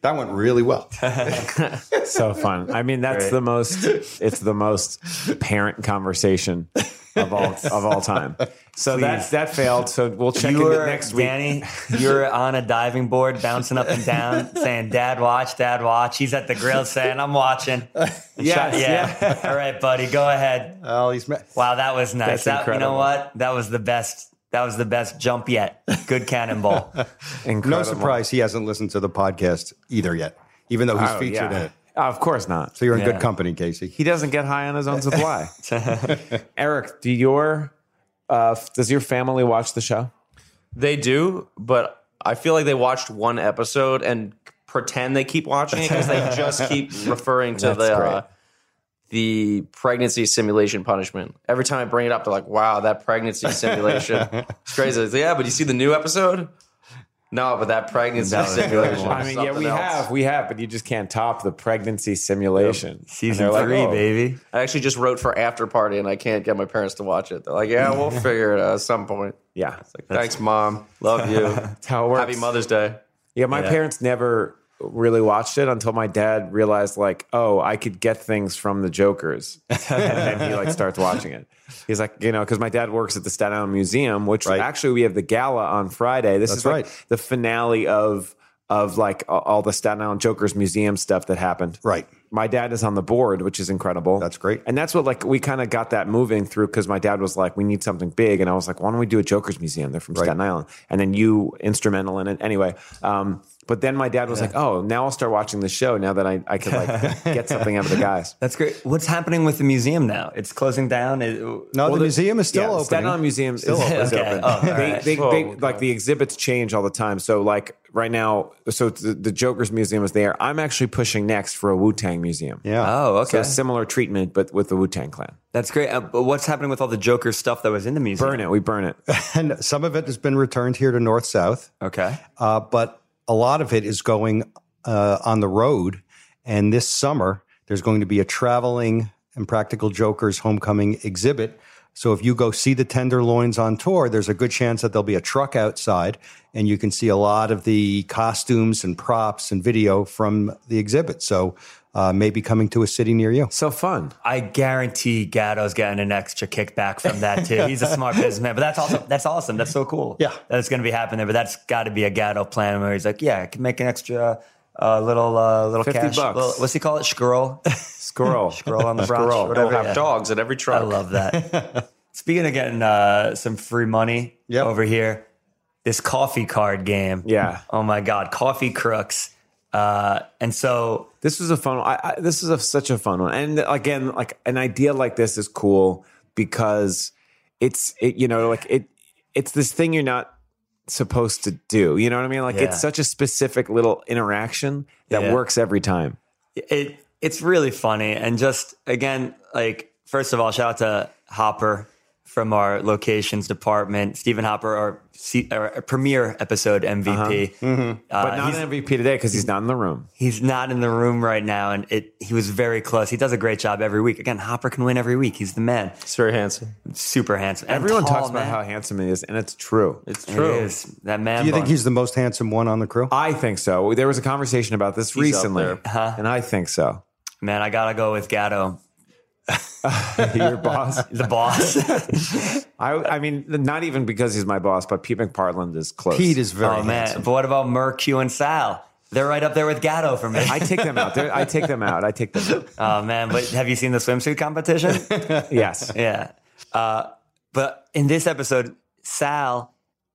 S6: That went really well. Oh.
S4: so fun. I mean, that's
S6: Right.
S4: the most. It's the most parent conversation of all of all time. So that
S5: Please.
S4: that failed. So we'll check in
S5: You're,
S4: the next week. (laughs)
S5: Danny, you're on a diving board, bouncing up and down, saying, Dad, watch, Dad, watch. He's at the grill saying,
S4: (laughs)
S5: I'm watching.
S4: Yes,
S5: yeah. All right, buddy, go ahead.
S6: Oh, he's
S5: wow, that was
S4: That's
S5: nice. That, you know
S4: incredible.
S5: what? That was the best. That was the best jump yet.
S4: (laughs)
S5: Good cannonball.
S6: No surprise he hasn't listened to the podcast either yet, even though he's
S4: Oh,
S6: featured
S4: yeah.
S6: in it.
S4: of course not.
S6: So you're in
S4: Yeah.
S6: good company, Casey.
S4: He doesn't get high on his own
S5: (laughs)
S4: supply. Eric, do your uh, f- does your family watch the show?
S7: They do, but I feel like they watched one episode and pretend they keep watching
S4: (laughs)
S7: it because they just keep referring to
S4: That's
S7: the
S4: great.
S7: uh, the pregnancy simulation punishment. Every time I bring it up, they're like, "Wow, that
S4: (laughs)
S7: pregnancy simulation, it's crazy." It's like, yeah, but you see the new episode? No, but that pregnancy simulation.
S4: I mean, yeah, we have, we have, but you just can't top the pregnancy simulation.
S5: Season
S4: And they're "Oh."
S5: three, baby.
S7: I actually just wrote for after party, and I can't get my parents to watch it. They're like,
S4: (laughs)
S7: "Yeah, we'll figure it out at some point."
S4: Yeah,
S7: It's like, thanks, mom.
S4: (laughs)
S7: Love you.
S4: That's how it works.
S7: Happy Mother's Day.
S4: Yeah, my
S7: Yeah.
S4: parents never really watched it until my dad realized, like, oh, I could get things from the Joker's, and then
S6: (laughs)
S4: he like starts watching it. He's like, you know, because my dad works at the Staten Island Museum, which actually we have the gala on Friday. This
S6: That's
S4: is like,
S6: right.
S4: the finale of of like a- all the Staten Island Joker's museum stuff that happened.
S6: Right.
S4: My dad is on the board, which is incredible.
S6: That's great.
S4: And that's what like we kind of got that moving through because my dad was like, we need something big, and I was like, why don't we do a Joker's museum? They're from Staten Island, and then you instrumental in it anyway. Um, but then my dad was like, oh, now I'll start watching the show now that I I could like get something out of the guys.
S5: That's great. What's happening with the museum now? It's closing down. It-
S6: No, the,
S4: the-
S6: museum is still
S4: yeah,
S6: open.
S4: Staten Island Museum
S6: Still
S4: is,
S6: open.
S4: is
S5: Okay.
S4: open.
S5: Oh, all
S4: they,
S5: right.
S4: they,
S5: Whoa,
S4: they-
S5: okay.
S4: like the exhibits change all the time. So like right now, so the, the Joker's Museum is there. I'm actually pushing next for a Wu Tang Museum.
S6: Yeah.
S5: oh, okay.
S4: So similar treatment, but with the Wu Tang Clan.
S5: That's great. Uh, but what's happening with all the Joker stuff that was in the museum?
S4: Burn it. We burn it.
S6: And some of it has been returned here to North South,
S5: Okay.
S6: uh, but a lot of it is going uh, on the road. And this summer, there's going to be a traveling and practical Joker's homecoming exhibit. So if you go see the Tenderloins on tour, there's a good chance that there'll be a truck outside and you can see a lot of the costumes and props and video from the exhibit. So uh, maybe coming to a city near you.
S4: So fun.
S5: I guarantee Gatto's getting an extra kickback from that too. He's a smart businessman, but that's awesome. That's awesome. That's so cool.
S6: Yeah.
S5: that's going to be happening. But that's got to be a Gatto plan where he's like, yeah, I can make an extra uh, little uh, little
S4: 50
S5: cash.
S4: bucks.
S5: Little, what's he call it? Squirrel.
S4: Squirrel.
S5: Squirrel on the branch.
S4: Squirrel.
S5: Whatever.
S7: We'll have
S5: Yeah.
S7: dogs at
S5: I
S7: every truck.
S5: love that. Speaking of getting uh, some free money
S6: Yep.
S5: over here, this coffee card game.
S4: Yeah.
S5: Oh my God, coffee crooks. Uh, and so
S4: This was a fun. I, I, this is a, such a fun one. And again, like an idea like this is cool because it's it. You know, like it. It's this thing you're not supposed to do. You know what I mean? Like
S5: Yeah.
S4: it's such a specific little interaction that
S5: Yeah.
S4: works every time.
S5: it it's really funny and just again like first of all shout out to hopper from our locations department stephen hopper our, C, our premier episode mvp Uh,
S4: Uh-huh. Mm-hmm. But not
S5: he's,
S4: an MVP today because he's not in the room.
S5: he's not in the room right now and it he was very close he does a great job every week again hopper can win every week he's the man
S7: It's very handsome.
S5: super handsome and
S4: Everyone
S5: tall,
S4: talks about
S5: man.
S4: how handsome he is, and it's true.
S7: It's
S5: He
S7: true.
S5: is. that man
S6: Do you think
S5: bun.
S6: he's the most handsome one on the crew?
S4: I think so. There was a conversation about this
S7: He's up
S4: recently,
S7: there.
S4: and I think so.
S5: man i gotta go with gatto
S4: Your boss.
S5: the
S4: (laughs)
S5: boss
S4: I, I mean, not even because he's my boss, but Pete McPartland is close.
S6: Pete is very
S5: oh man
S6: handsome.
S5: but what about merck Q, and sal they're right up there with gatto for me
S4: I take them out. They're- I take them out. I take them
S5: Oh man, but have you seen the swimsuit competition?
S4: out. Yes.
S5: yeah. Uh, but in this episode, Sal,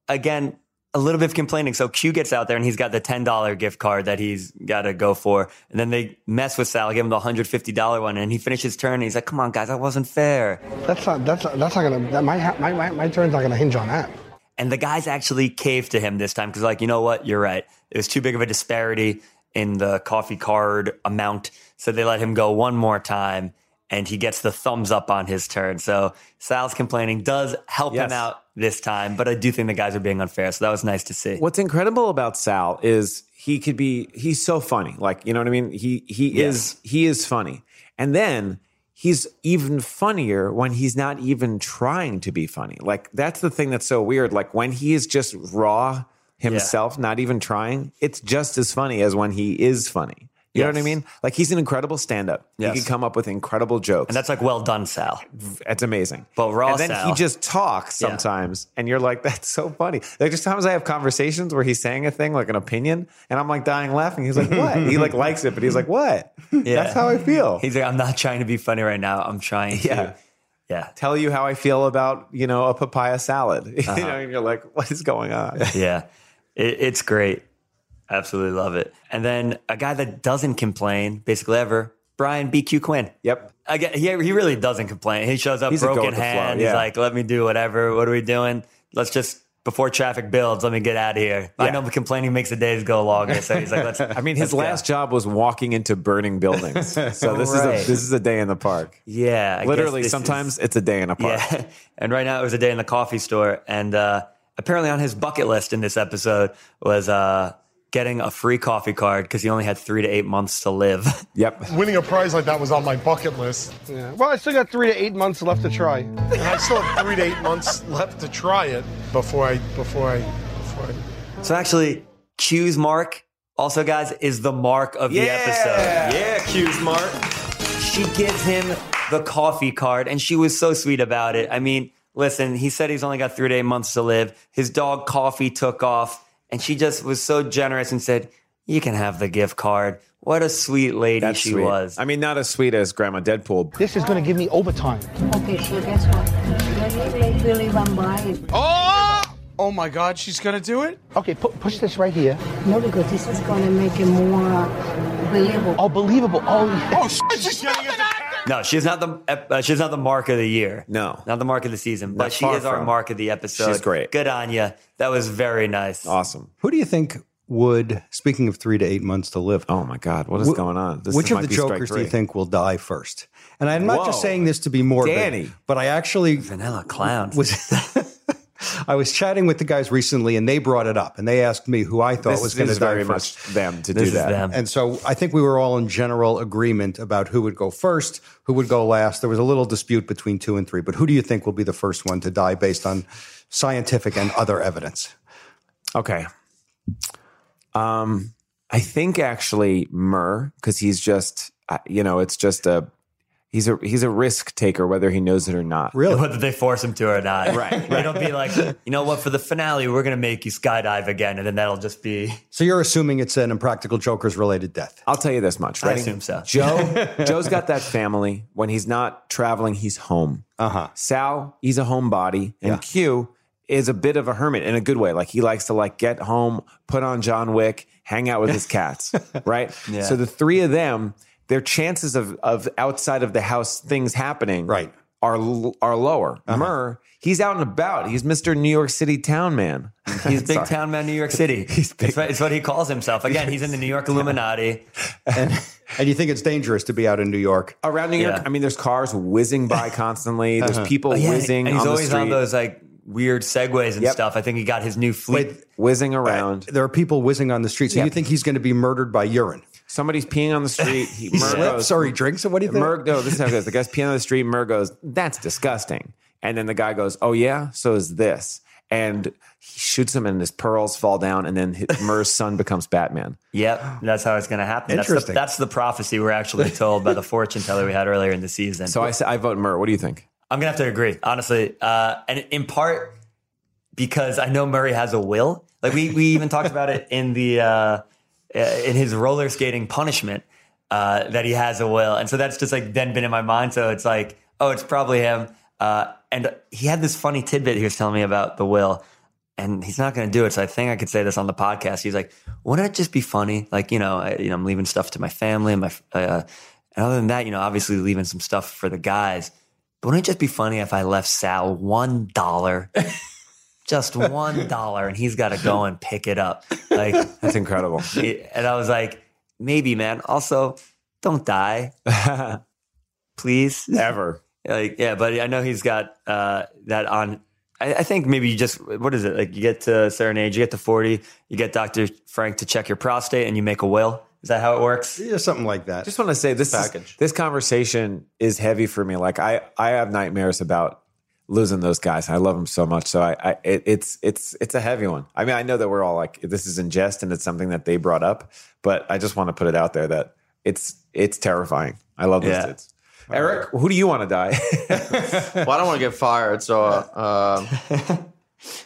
S5: again, a little bit of complaining. So Q gets out there and he's got the $10 gift card that he's got to go for. And then they mess with Sal, give him the $150 one, and he finishes turn and he's like, come on, guys, that wasn't fair.
S15: That's not. That's not, that's not gonna. That, my, ha- my my my turn's not gonna hinge on that.
S5: And the guys actually caved to him this time because, like, you know what? You're right. It was too big of a disparity in the coffee card amount. So they let him go one more time. and he gets the thumbs up on his turn. So Sal's complaining does help
S4: Yes.
S5: him out this time, but I do think the guys are being unfair. So that was nice to see.
S4: What's incredible about Sal is he could be he's so funny. Like, you know what I mean? He he is he is funny. And then he's even funnier when he's not even trying to be funny. Like that's the thing that's so weird. Like when he is just raw himself, not even trying, it's just as funny as when he is funny. You know what I
S5: Yes.
S4: mean? Like he's an incredible stand-up.
S5: Yes.
S4: He can come up with incredible jokes.
S5: And that's like well done, Sal.
S4: It's amazing.
S5: But raw
S4: and then
S5: Sal.
S4: he just talks
S5: Yeah.
S4: sometimes, and you're like, "That's so funny." Like just times I have conversations where he's saying a thing, like an opinion, and I'm like dying laughing. He's
S5: (laughs)
S4: like, "What?" he like likes it, but he's like, "What?" That's how I feel.
S5: He's like, I'm not trying to be funny right now. I'm trying to.
S4: Yeah.
S5: Yeah.
S4: Tell you how I feel about you know a papaya salad. (laughs)
S5: Uh-huh.
S4: You know, and you're like, "What is going on?"
S5: yeah, it, it's great. Absolutely love it. And then a guy that doesn't complain basically ever, Brian BQ Quinn.
S4: Yep.
S5: Again, he, he really doesn't complain. He shows up
S4: He's a go
S5: broken
S4: with the flow,
S5: hand.
S4: yeah.
S5: He's like, let me do whatever. What are we doing? Let's just, before traffic builds, let me get out of here. I
S4: Yeah.
S5: know complaining makes the days go longer. So he's like,
S4: (laughs)
S5: let's.
S4: I mean, his
S5: let's go.
S4: last job was walking into burning
S5: (laughs)
S4: buildings. So this is a,
S5: Right.
S4: this is a day in the park.
S5: Yeah. I guess
S4: Literally,
S5: this is-
S4: sometimes it's a day in a park.
S5: Yeah. (laughs) And right now it was a day in the coffee store. And uh, apparently on his bucket list in this episode was uh, getting a free coffee card because he only had three to eight months to live. (laughs)
S4: Yep.
S16: Winning a prize like that was on my bucket list.
S15: Yeah. Well, I still got three to eight months left to try.
S16: And I still have three to eight months left to try it before I before I before I
S5: So actually, Q's mark also, guys, is the mark of the episode. Yeah, Q's mark. She gives him the coffee card, and she was so sweet about it. I mean, listen, he said he's only got three to eight months to live. His dog Coffee took off, and she just was so generous and said, "You can have the gift card." What a sweet lady
S4: That's
S5: she
S4: sweet.
S5: was.
S4: I mean, not as sweet as Grandma Deadpool.
S15: This is going to give me overtime.
S20: Okay, so guess what? Let me make Billy Van Brian.
S15: Oh! Oh my God, she's going to do it? Okay, pu- push this right here.
S20: No, because this is going to make it more uh, believable.
S15: Oh, believable. Oh, yeah.
S20: shit, she's getting it.
S5: No, she's not the ep- uh, she's not the mark of the year.
S4: No,
S5: not the mark of the season,
S4: Not
S5: but she
S4: far
S5: is our
S4: from.
S5: mark of the episode.
S4: She's great.
S5: Good on you. That was very nice.
S4: Awesome.
S6: Who do you think would, speaking of three to eight months to live?
S4: Oh my God, what is going on? This
S6: which of
S4: might
S6: the
S4: be strike
S6: jokers do you
S4: three.
S6: think will die first? And I'm not just
S4: Whoa.
S6: saying this to be morbid,
S4: Danny.
S6: but I actually
S5: vanilla clown
S6: was. (laughs) I was chatting with the guys recently, and they brought it up, and they asked me who I thought
S4: This
S6: was going to
S4: is
S6: die
S4: very
S6: first.
S4: much them to
S5: This
S4: do
S5: is
S4: that.
S5: them.
S6: And so I think we were all in general agreement about who would go first, who would go last. There was a little dispute between two and three, but who do you think will be the first one to die based on scientific and other evidence?
S4: Okay. Um, I think actually Murr, because he's just uh, you know it's just a he's a he's a risk taker whether he knows it or not.
S6: Really?
S5: (laughs) Whether they force him to or not. (laughs)
S4: Right,
S5: They don't be like, you know what, for the finale, we're going to make you skydive again. And then that'll just be.
S6: So you're assuming it's an impractical jokers related death.
S4: I'll tell you this much.
S5: I
S4: Ready?
S5: assume so. (laughs)
S4: Joe Joe's got that family. When he's not traveling, he's home.
S6: Uh
S5: Uh-huh.
S6: huh.
S4: Sal, he's a homebody, and
S6: Yeah.
S4: Q is a bit of a hermit in a good way. Like he likes to like get home, put on John Wick, hang out with
S5: (laughs)
S4: his cats, right?
S5: Yeah.
S4: So the three of them, their chances of of outside of the house things happening,
S6: Right.
S4: are l- are lower.
S5: Uh-huh.
S4: Murr, he's out and about. He's Mister New York City town
S5: (laughs)
S4: man.
S5: He's big town man, New York
S4: (laughs)
S5: City. he's big. It's, what, it's what he calls himself. Again, he's in the New York Illuminati.
S6: And, and you think it's dangerous to be out in New York?
S4: Around New York,
S5: Yeah.
S4: I mean, there's cars whizzing by constantly. There's people
S5: Oh, yeah,
S4: whizzing.
S5: and he's
S4: on the
S5: always
S4: street,
S5: on those like weird segues and
S4: Yep.
S5: stuff. I think he got his new fleet.
S6: Wait,
S4: whizzing around.
S6: there are people whizzing on the street. So
S4: Yeah.
S6: you think he's going to be murdered by urine?
S4: Somebody's peeing on the street. He, Murr
S6: Slips
S4: goes-
S6: or (laughs) he drinks it? What do you think?
S4: Merg, no, this is how it goes. The guy's peeing on the street. Merg goes, that's disgusting. And then the guy goes, oh, yeah? So is this. And he shoots him, and his pearls fall down, and then his, Mer's son becomes Batman.
S5: Yep, that's how it's going to happen. That's the,
S6: Interesting.
S5: that's the prophecy we're actually told by the fortune teller we had earlier in the season.
S4: So I, say- I vote Mer. What do you think?
S5: I'm gonna have to agree, honestly, uh, and in part because I know Murray has a will. Like we we even talked about it in the uh, uh, in his roller skating punishment uh, that he has a will, and so that's just like then been in my mind. So it's like, oh, it's probably him. Uh, and he had this funny tidbit he was telling me about the will, and he's not gonna do it. So I think I could say this on the podcast. He's like, wouldn't it just be funny? Like you know, I, you know, I'm leaving stuff to my family, and my uh, and other than that, you know, obviously leaving some stuff for the guys. But wouldn't it just be funny if I left Sal one dollar, just one dollar, and he's got to go and pick it up? Like,
S4: That's incredible.
S5: and I was like, maybe, man. Also, don't die. please?
S4: Ever.
S5: like, yeah, but I know he's got uh, that on. I, I think maybe you just, what is it? Like, you get to Serenade, you get to 40, you get Dr. Frank to check your prostate, and you make a will. Is that how it works?
S6: Yeah, something like that.
S4: Just want to say this is- this conversation is heavy for me. Like I, I have nightmares about losing those guys. I love them so much. So I, I it, it's it's it's a heavy one. I mean, I know that we're all like this is in jest and it's something that they brought up, but I just want to put it out there that it's it's terrifying. I love those
S7: Yeah.
S4: dudes. Eric, who do you want to die? (laughs)
S7: well, I don't want to get fired, so uh,
S4: (laughs)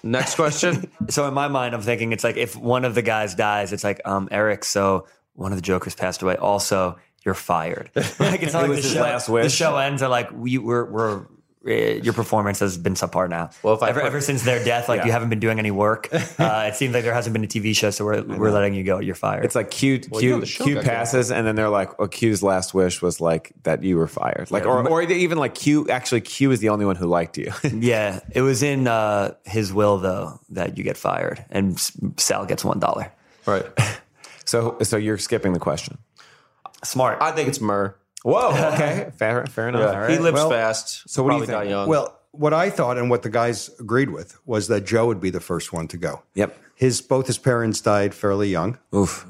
S7: next question.
S5: so in my mind, I'm thinking it's like if one of the guys dies, it's like, um, Eric, so one of the Jokers passed away. Also,
S4: (laughs)
S5: you're fired. (laughs) Like it's not
S4: It
S5: like
S4: was
S5: the
S4: his
S5: show,
S4: last wish.
S5: The show ends and like we we're we're uh, your performance has been subpar now. Well, if ever, ever since their death, like
S4: Yeah.
S5: you haven't been doing
S4: (laughs)
S5: any work. Uh, it seems like there hasn't been a TV show, so we're we're letting you go. You're fired.
S4: It's like Q
S5: Well, you know
S4: Q
S5: the show
S4: Q
S5: got good.
S4: passes, and then they're like, oh, Q's last wish was like that you were fired, like or, or even like Q actually Q is the only one who liked you. (laughs)
S5: yeah, it was in uh, his will though that you get fired, and S- Sal gets one dollar.
S7: Right.
S4: So so you're skipping the question.
S5: Smart.
S7: I think it's Murr.
S4: Whoa. (laughs) Okay. fair fair enough.
S7: Yeah.
S4: All right.
S7: He lives
S4: Well,
S7: fast.
S4: so what do you
S7: probably
S4: think?
S7: die young.
S6: Well, what I thought and what the guys agreed with was that Joe would be the first one to go.
S4: Yep.
S6: His both his parents died fairly young.
S4: Oof.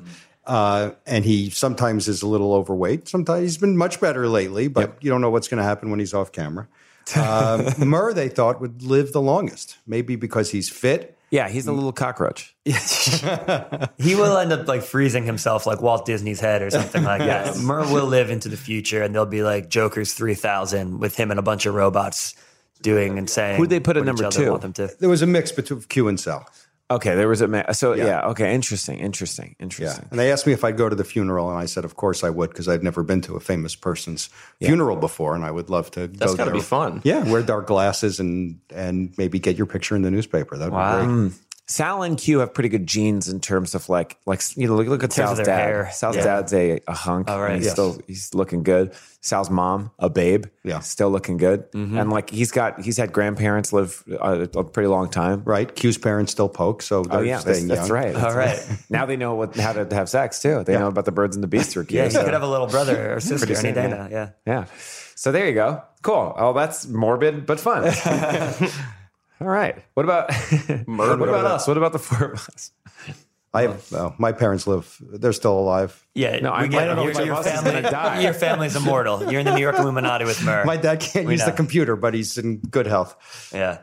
S6: Uh, and he sometimes is a little overweight. Sometimes he's been much better lately, but you don't know what's going to happen when he's off camera. Um,
S4: (laughs)
S6: Murr, they thought, would live the longest, maybe because he's fit.
S4: Yeah, he's a little cockroach.
S5: He will end up like freezing himself like Walt Disney's head or something like
S4: Yes.
S5: that. Murr will live into the future and there'll be like Joker's 3000 with him and a bunch of robots doing and saying
S4: Who'd they put at
S5: what each
S4: number
S5: other
S4: two?
S5: Want them to.
S6: There was a mix between Q and Sal.
S4: Okay, there was a ma- so yeah. Okay, interesting, interesting, interesting.
S6: And they asked me if I'd go to the funeral, and I said, "Of course I would, because I've never been to a famous person's funeral before, and I would love to."
S7: That's
S6: go
S7: gotta
S6: there.
S7: be fun.
S6: Yeah, wear dark glasses and and maybe get your picture in the newspaper. That'd be great.
S4: Mm. Sal and Q have pretty good genes in terms of like like you know look, look at
S5: terms of
S4: Sal's
S5: their
S4: dad.
S5: hair.
S4: Sal's
S5: Yeah.
S4: dad's a, a hunk.
S5: All
S4: and
S5: right.
S4: he's
S5: Yes.
S4: still he's looking good. Sal's mom a babe.
S6: Yeah,
S4: still looking good. And like he's got he's had grandparents live a, a pretty long time.
S6: Right. Q's parents still poke, so they're
S4: Oh yeah, that's,
S6: staying
S4: that's
S6: young.
S4: right.
S5: All right.
S4: now they know what how to have sex too. They know about the birds and the bees through Q.
S5: Yeah, he
S4: so-
S5: could have a little brother or
S4: Pretty
S5: sister any
S4: soon,
S5: day
S4: yeah.
S5: now. Yeah.
S4: Yeah. So there you go. Cool. Oh, that's morbid but (laughs) fun. All right. What about (laughs) what about us? What about the four of us?
S6: I have well, my parents live; they're still alive.
S5: Yeah.
S4: No,
S5: we
S4: I-
S5: get
S4: I don't
S5: it.
S4: know
S5: Your-
S4: which of
S5: your
S4: us is
S5: family-
S4: gonna die.
S5: Your family's immortal. You're in the New York Illuminati with Murr.
S6: My dad can't
S5: We
S6: use the
S5: know.
S6: computer, but he's in good health.
S5: Yeah.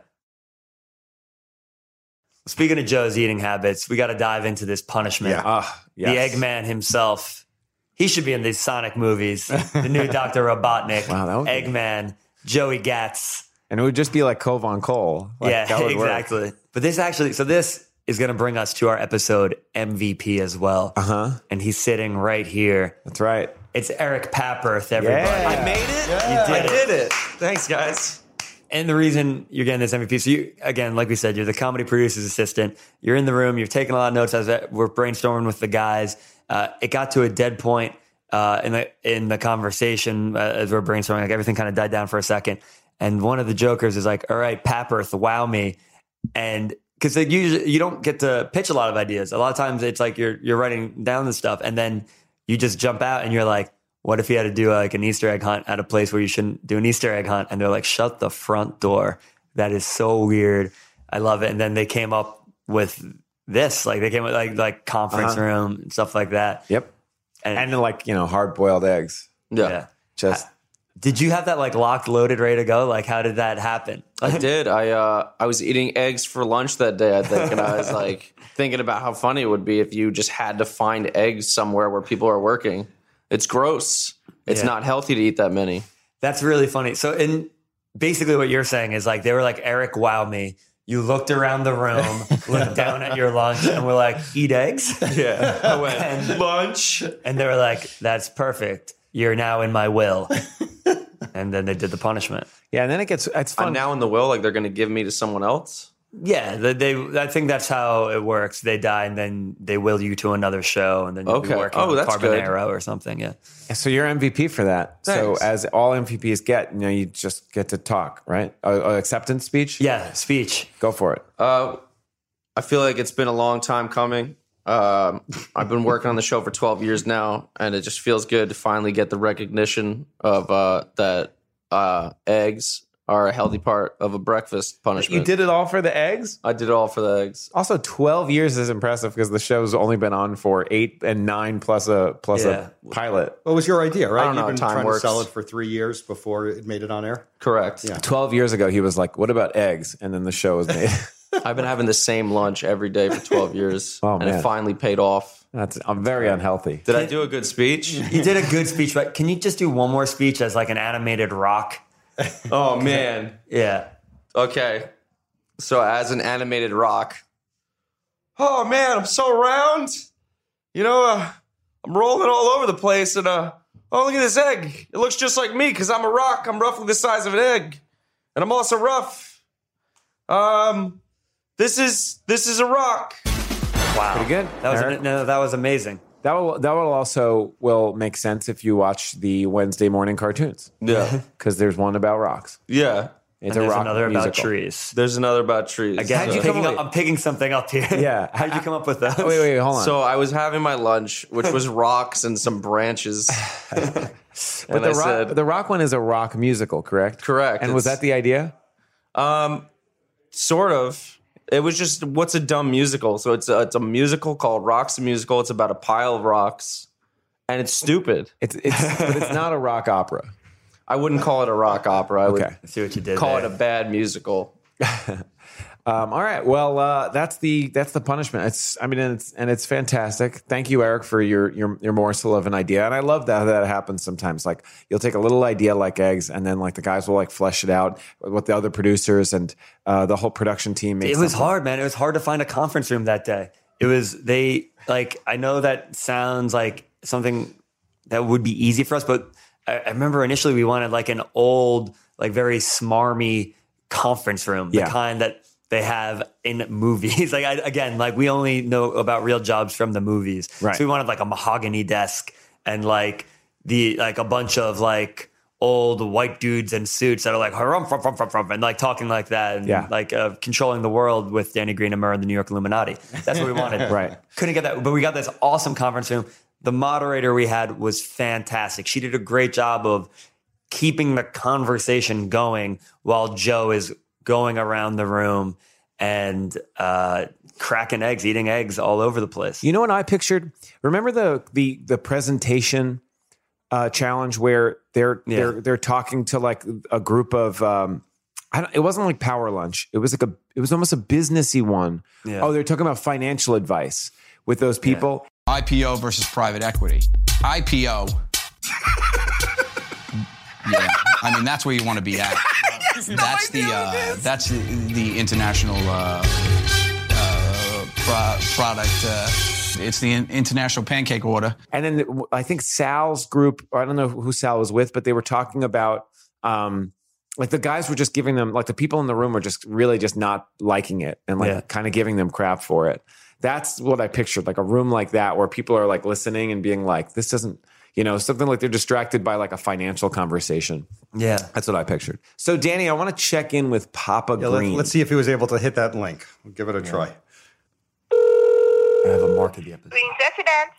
S5: Speaking of Joe's eating habits, we got to dive into this punishment.
S6: Yeah.
S4: Ah, yes.
S5: The Eggman himself. He should be in these Sonic movies. The
S4: (laughs)
S5: new Dr. Robotnik,
S4: Wow, that would be-
S5: Eggman, Joey Gatz.
S4: And it would just be like Covon Cole. Like,
S5: yeah,
S4: that would work.
S5: exactly. But this actually, so this is going to bring us to our episode MVP as well. Uh
S4: huh.
S5: And he's sitting right here.
S4: That's right.
S5: It's Eric Papperth, everybody.
S7: I made it.
S5: You did
S7: I
S5: it.
S7: did it. Thanks, guys.
S5: And the reason you're getting this MVP, so you, again, like we said, you're the comedy producer's assistant. You're in the room. You're taking a lot of notes as we're brainstorming with the guys. Uh, it got to a dead point uh, in the in the conversation uh, as we're brainstorming. Like everything kind of died down for a second. And one of the jokers is like, "All right, Papperth, wow me," and because they usually you don't get to pitch a lot of ideas. A lot of times it's like you're you're writing down the stuff, and then you just jump out and you're like, what if you had to do like an Easter egg hunt at a place where you shouldn't do an Easter egg hunt? And they're like, shut the front door. That is so weird. I love it. And then they came up with this, like they came with like like conference
S4: Uh-huh.
S5: room and stuff like that.
S4: Yep.
S5: And,
S4: And like, you know, hard boiled eggs.
S7: Yeah.
S4: Just
S5: Did you have that like locked, loaded, ready to go? Like, how did that happen?
S4: (laughs)
S7: I did. I uh, I was eating eggs for lunch that day, I think, and I was (laughs) like thinking about how funny it would be if you just had to find eggs somewhere where people are working. It's gross. It's
S5: Yeah.
S7: not healthy to eat that many.
S5: That's really funny. So, in basically, what you're saying is like they were like, Eric, wow me. You looked around the
S7: (laughs)
S5: room, looked down at your lunch, and were like, eat eggs. (laughs)
S7: Yeah. I went
S5: And-
S7: lunch.
S5: And they were like, that's perfect. You're now in my
S7: (laughs)
S5: will. and then they did the punishment.
S4: Yeah, and then it gets it's
S7: I'm now in the will, like they're gonna give me to someone else.
S5: Yeah, they, they. I think that's how it works. They die, and then they will you to another show, and then you'll be
S7: Okay.
S5: working
S7: Oh,
S5: on
S7: that's good.
S5: Carbonaro or something. Yeah,
S4: so you're MVP for that.
S5: Thanks.
S4: So as all MVPs get, you know, you just get to talk, right? Uh, uh, acceptance speech?
S5: yeah. Speech.
S4: Go for it.
S7: Uh, I feel like it's been a long time coming. Um, I've been working on the show for 12 years now, and it just feels good to finally get the recognition of uh, that uh, eggs are a healthy part of a breakfast punishment.
S4: You did it all for the eggs?
S7: I did it all for the eggs.
S4: Also, 12 years is impressive because the show's only been on for eight and nine plus a plus a pilot.
S6: What was your idea, right?
S7: I don't know
S6: You've been
S7: how time
S6: trying
S7: works.
S6: to sell it for three years before it made it on air.
S7: Correct.
S4: 12 years ago, he was like, What about eggs? And then the show was made.
S7: (laughs)
S4: (laughs)
S7: I've been having the same lunch every day for 12 years,
S4: (laughs) Oh,
S7: and
S4: man.
S7: it finally paid off.
S4: That's I'm very unhealthy.
S7: Did I do a good speech?
S4: (laughs)
S5: You did a good speech, but can you just do one more speech as like an animated rock?
S7: Oh man.
S5: Yeah.
S7: Okay. So as an animated rock. Oh man, I'm so round. You know, uh, I'm rolling all over the place, and uh, oh look at this egg. It looks just like me because I'm a rock. I'm roughly the size of an egg, and I'm also rough. Um, this is this is a rock.
S5: Wow.
S4: Pretty good.
S5: That was
S4: Aaron.
S5: no, that was amazing.
S4: That will that will also will make sense if you watch the Wednesday morning cartoons.
S7: Yeah.
S4: Because there's one about rocks.
S7: Yeah.
S4: It's
S5: And
S4: a
S5: there's
S4: rock
S5: another about
S4: musical.
S5: trees.
S7: There's another about trees.
S5: Again,
S7: So-
S5: I'm picking, up, I'm picking something up here. (laughs)
S4: Yeah.
S5: How did you come up with that?
S4: Wait, wait, hold on.
S7: So I was having my lunch, which
S4: (laughs)
S7: was rocks and some branches. and
S4: but the
S7: I
S4: rock,
S7: said,
S4: the rock one is a rock musical, correct?
S7: Correct.
S4: And was
S7: It's-
S4: that the idea?
S7: um, sort of. It was just what's a dumb musical. So it's a, it's a musical called Rocks the Musical. It's about a pile of rocks, and it's stupid.
S4: It's it's but it's not a rock opera.
S7: I wouldn't call it a rock opera. I would
S4: Okay.
S5: I see what you did.
S7: call
S5: there.
S7: it a bad musical.
S4: Um, all right. Well, uh, that's the that's the punishment. It's I mean, and it's and it's fantastic. Thank you, Eric, for your your your morsel of an idea. And I love that that happens sometimes. Like you'll take a little idea like eggs, and then like the guys will like flesh it out with the other producers and uh, the whole production team. Makes
S5: It was
S4: something.
S5: hard, man. It was hard to find a conference room that day. It was they like I know that sounds like something that would be easy for us, but I, I remember initially we wanted like an old, like very smarmy conference room,
S4: Yeah.
S5: the kind that they have in movies. (laughs) like I, again, like we only know about real jobs from the movies,
S4: Right.
S5: so we wanted like a mahogany desk and like the like a bunch of like old white dudes in suits that are like harum from from from from and like talking like that and
S4: Yeah.
S5: like uh, controlling the world with Danny Greenemer and the New York Illuminati. That's what we wanted.
S4: (laughs) Right.
S5: Couldn't get that, but we got this awesome conference room. The moderator we had was fantastic. She did a great job of keeping the conversation going while Joe is going around the room and uh, cracking eggs, eating eggs all over the place.
S4: You know what I pictured? Remember the the the presentation uh, challenge where they're
S5: Yeah.
S4: they're they're talking to like a group of um, I don't, it wasn't like power lunch. It was like a it was almost a businessy one.
S5: Yeah.
S4: Oh, they're talking about financial advice with those people.
S21: IPO versus private equity. IPO. (laughs) yeah, I mean that's where you want to be at. That's the uh, that's the, the international uh, uh, pro- product. Uh, it's the in- international pancake order.
S4: And then the- I think Sal's group, I don't know who Sal was with, but they were talking about um like the guys were just giving them like the people in the room were just really just not liking it and like
S5: Yeah.
S4: kind of giving them crap for it. That's what I pictured, like a room like that where people are like listening and being like, this doesn't, you know, something like they're distracted by like a financial conversation.
S5: Yeah.
S4: That's what I pictured. So Danny, I want to check in with Papa
S6: Yeah,
S4: Green.
S6: let, us see if he was able to hit that link. We'll give it a try.
S4: I have a mark of the episode.
S22: Green's residence.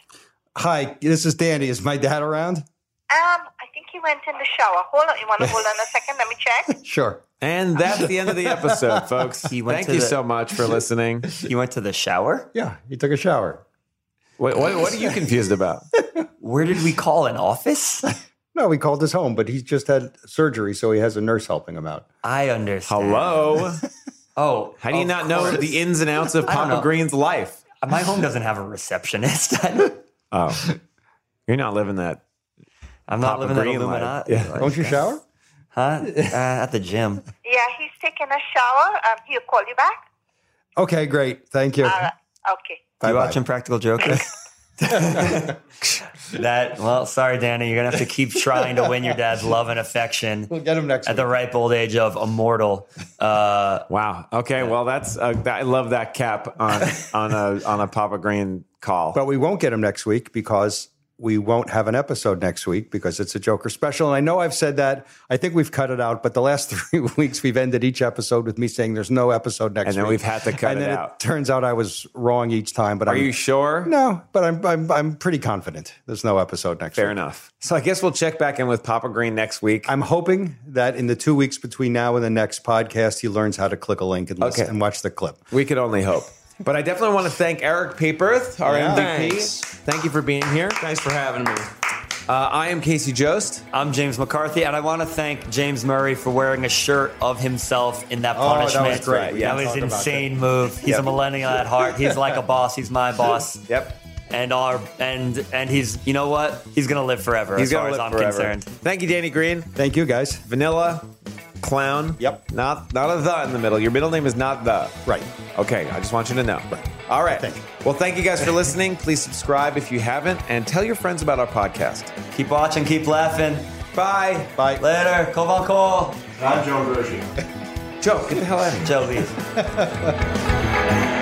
S6: Hi, this is Danny. Is my dad around?
S22: Um, I think he went in the shower. Hold on, you want to hold on a second? Let me check.
S6: Sure.
S4: And that's the end of the episode, folks.
S5: (laughs) He went
S4: Thank
S5: to
S4: you
S5: the-
S4: so much
S5: (laughs)
S4: for listening.
S5: You went to the shower?
S6: Yeah, he took a shower.
S4: What, what, what are you confused about?
S5: Where did we call an office?
S6: No, we called his home, but he's just had surgery, so he has a nurse helping him out.
S5: I understand.
S4: Hello.
S5: Oh,
S4: How do you
S5: of
S4: not know
S5: course.
S4: the ins and outs of
S5: (laughs) I don't
S4: Papa
S5: know.
S4: Green's life?
S5: My home doesn't have a receptionist. (laughs) I'm (laughs)
S4: Oh, you're not living that.
S5: not
S4: Papa
S5: living that
S4: Green life.
S5: Illuminati.
S4: Yeah.
S5: life,
S6: Don't you
S5: guys.
S6: shower?
S5: Huh? Uh, at the gym.
S22: Yeah, he's taking a shower. Um, he'll call you back.
S6: Okay, great. Thank you.
S22: All right. Okay.
S5: you
S6: Bye-bye.
S5: watching Practical Jokers? that (laughs) well, sorry, Danny. You're gonna have to keep trying to win your dad's love and affection
S6: We'll get him next
S5: at the ripe old age of immortal. Uh,
S4: Wow. Okay. Well, that's uh, that, I love
S5: (laughs)
S4: that cap on on a on a Papa Green call.
S6: But we won't get him next week because we won't have an episode next week because it's a Joker special. And I know I've said that. I think we've cut it out, but the last (laughs) three weeks we've ended each episode with me saying there's no episode next week.
S4: And then we've had to cut
S6: And
S4: it
S6: then
S4: out.
S6: turns out I was wrong each time. But
S4: Are
S6: I'm,
S4: you sure?
S6: No, but I'm, I'm I'm pretty confident. There's no episode next
S4: Fair
S6: week.
S4: enough. So I guess we'll check back in with Papa Green next week.
S6: I'm hoping that in the two weeks between now and the next podcast, he learns how to click a link and listen,
S4: Okay.
S6: and watch the clip.
S4: We could only hope. But I definitely want to thank Eric Paperth, our
S7: Yeah.
S4: MVP.
S7: Thanks.
S4: Thank you for being here. Thanks for having me. Uh, I am Casey Jost.
S5: I'm James McCarthy, and I want to thank James Murray for wearing a shirt of himself in that
S6: Oh, that was
S5: punishment.
S6: great. We
S5: That
S6: didn't
S5: was
S6: talk about
S5: insane
S6: that.
S5: move. He's a
S6: Yep.
S5: millennial at heart. He's like a boss. He's
S6: (laughs)
S5: my boss.
S4: Yep.
S5: And our and and he's you know what? He's gonna live forever as far
S4: gonna
S5: as
S4: live
S5: I'm
S4: forever.
S5: concerned.
S4: Thank you, Danny Green.
S6: Thank you, guys.
S4: Vanilla, clown. Yep. Not not a the in the middle. Your middle name is not the.
S6: Right.
S4: Okay. I just want you to know. All right.
S6: Thank you.
S4: Well, thank you guys for listening. Please subscribe if you haven't, and tell your friends about our podcast.
S5: Keep watching. Keep laughing.
S4: Bye.
S6: Bye.
S5: Later. Come on, call.
S4: Joe, get the hell out of here.
S5: Joe, leave.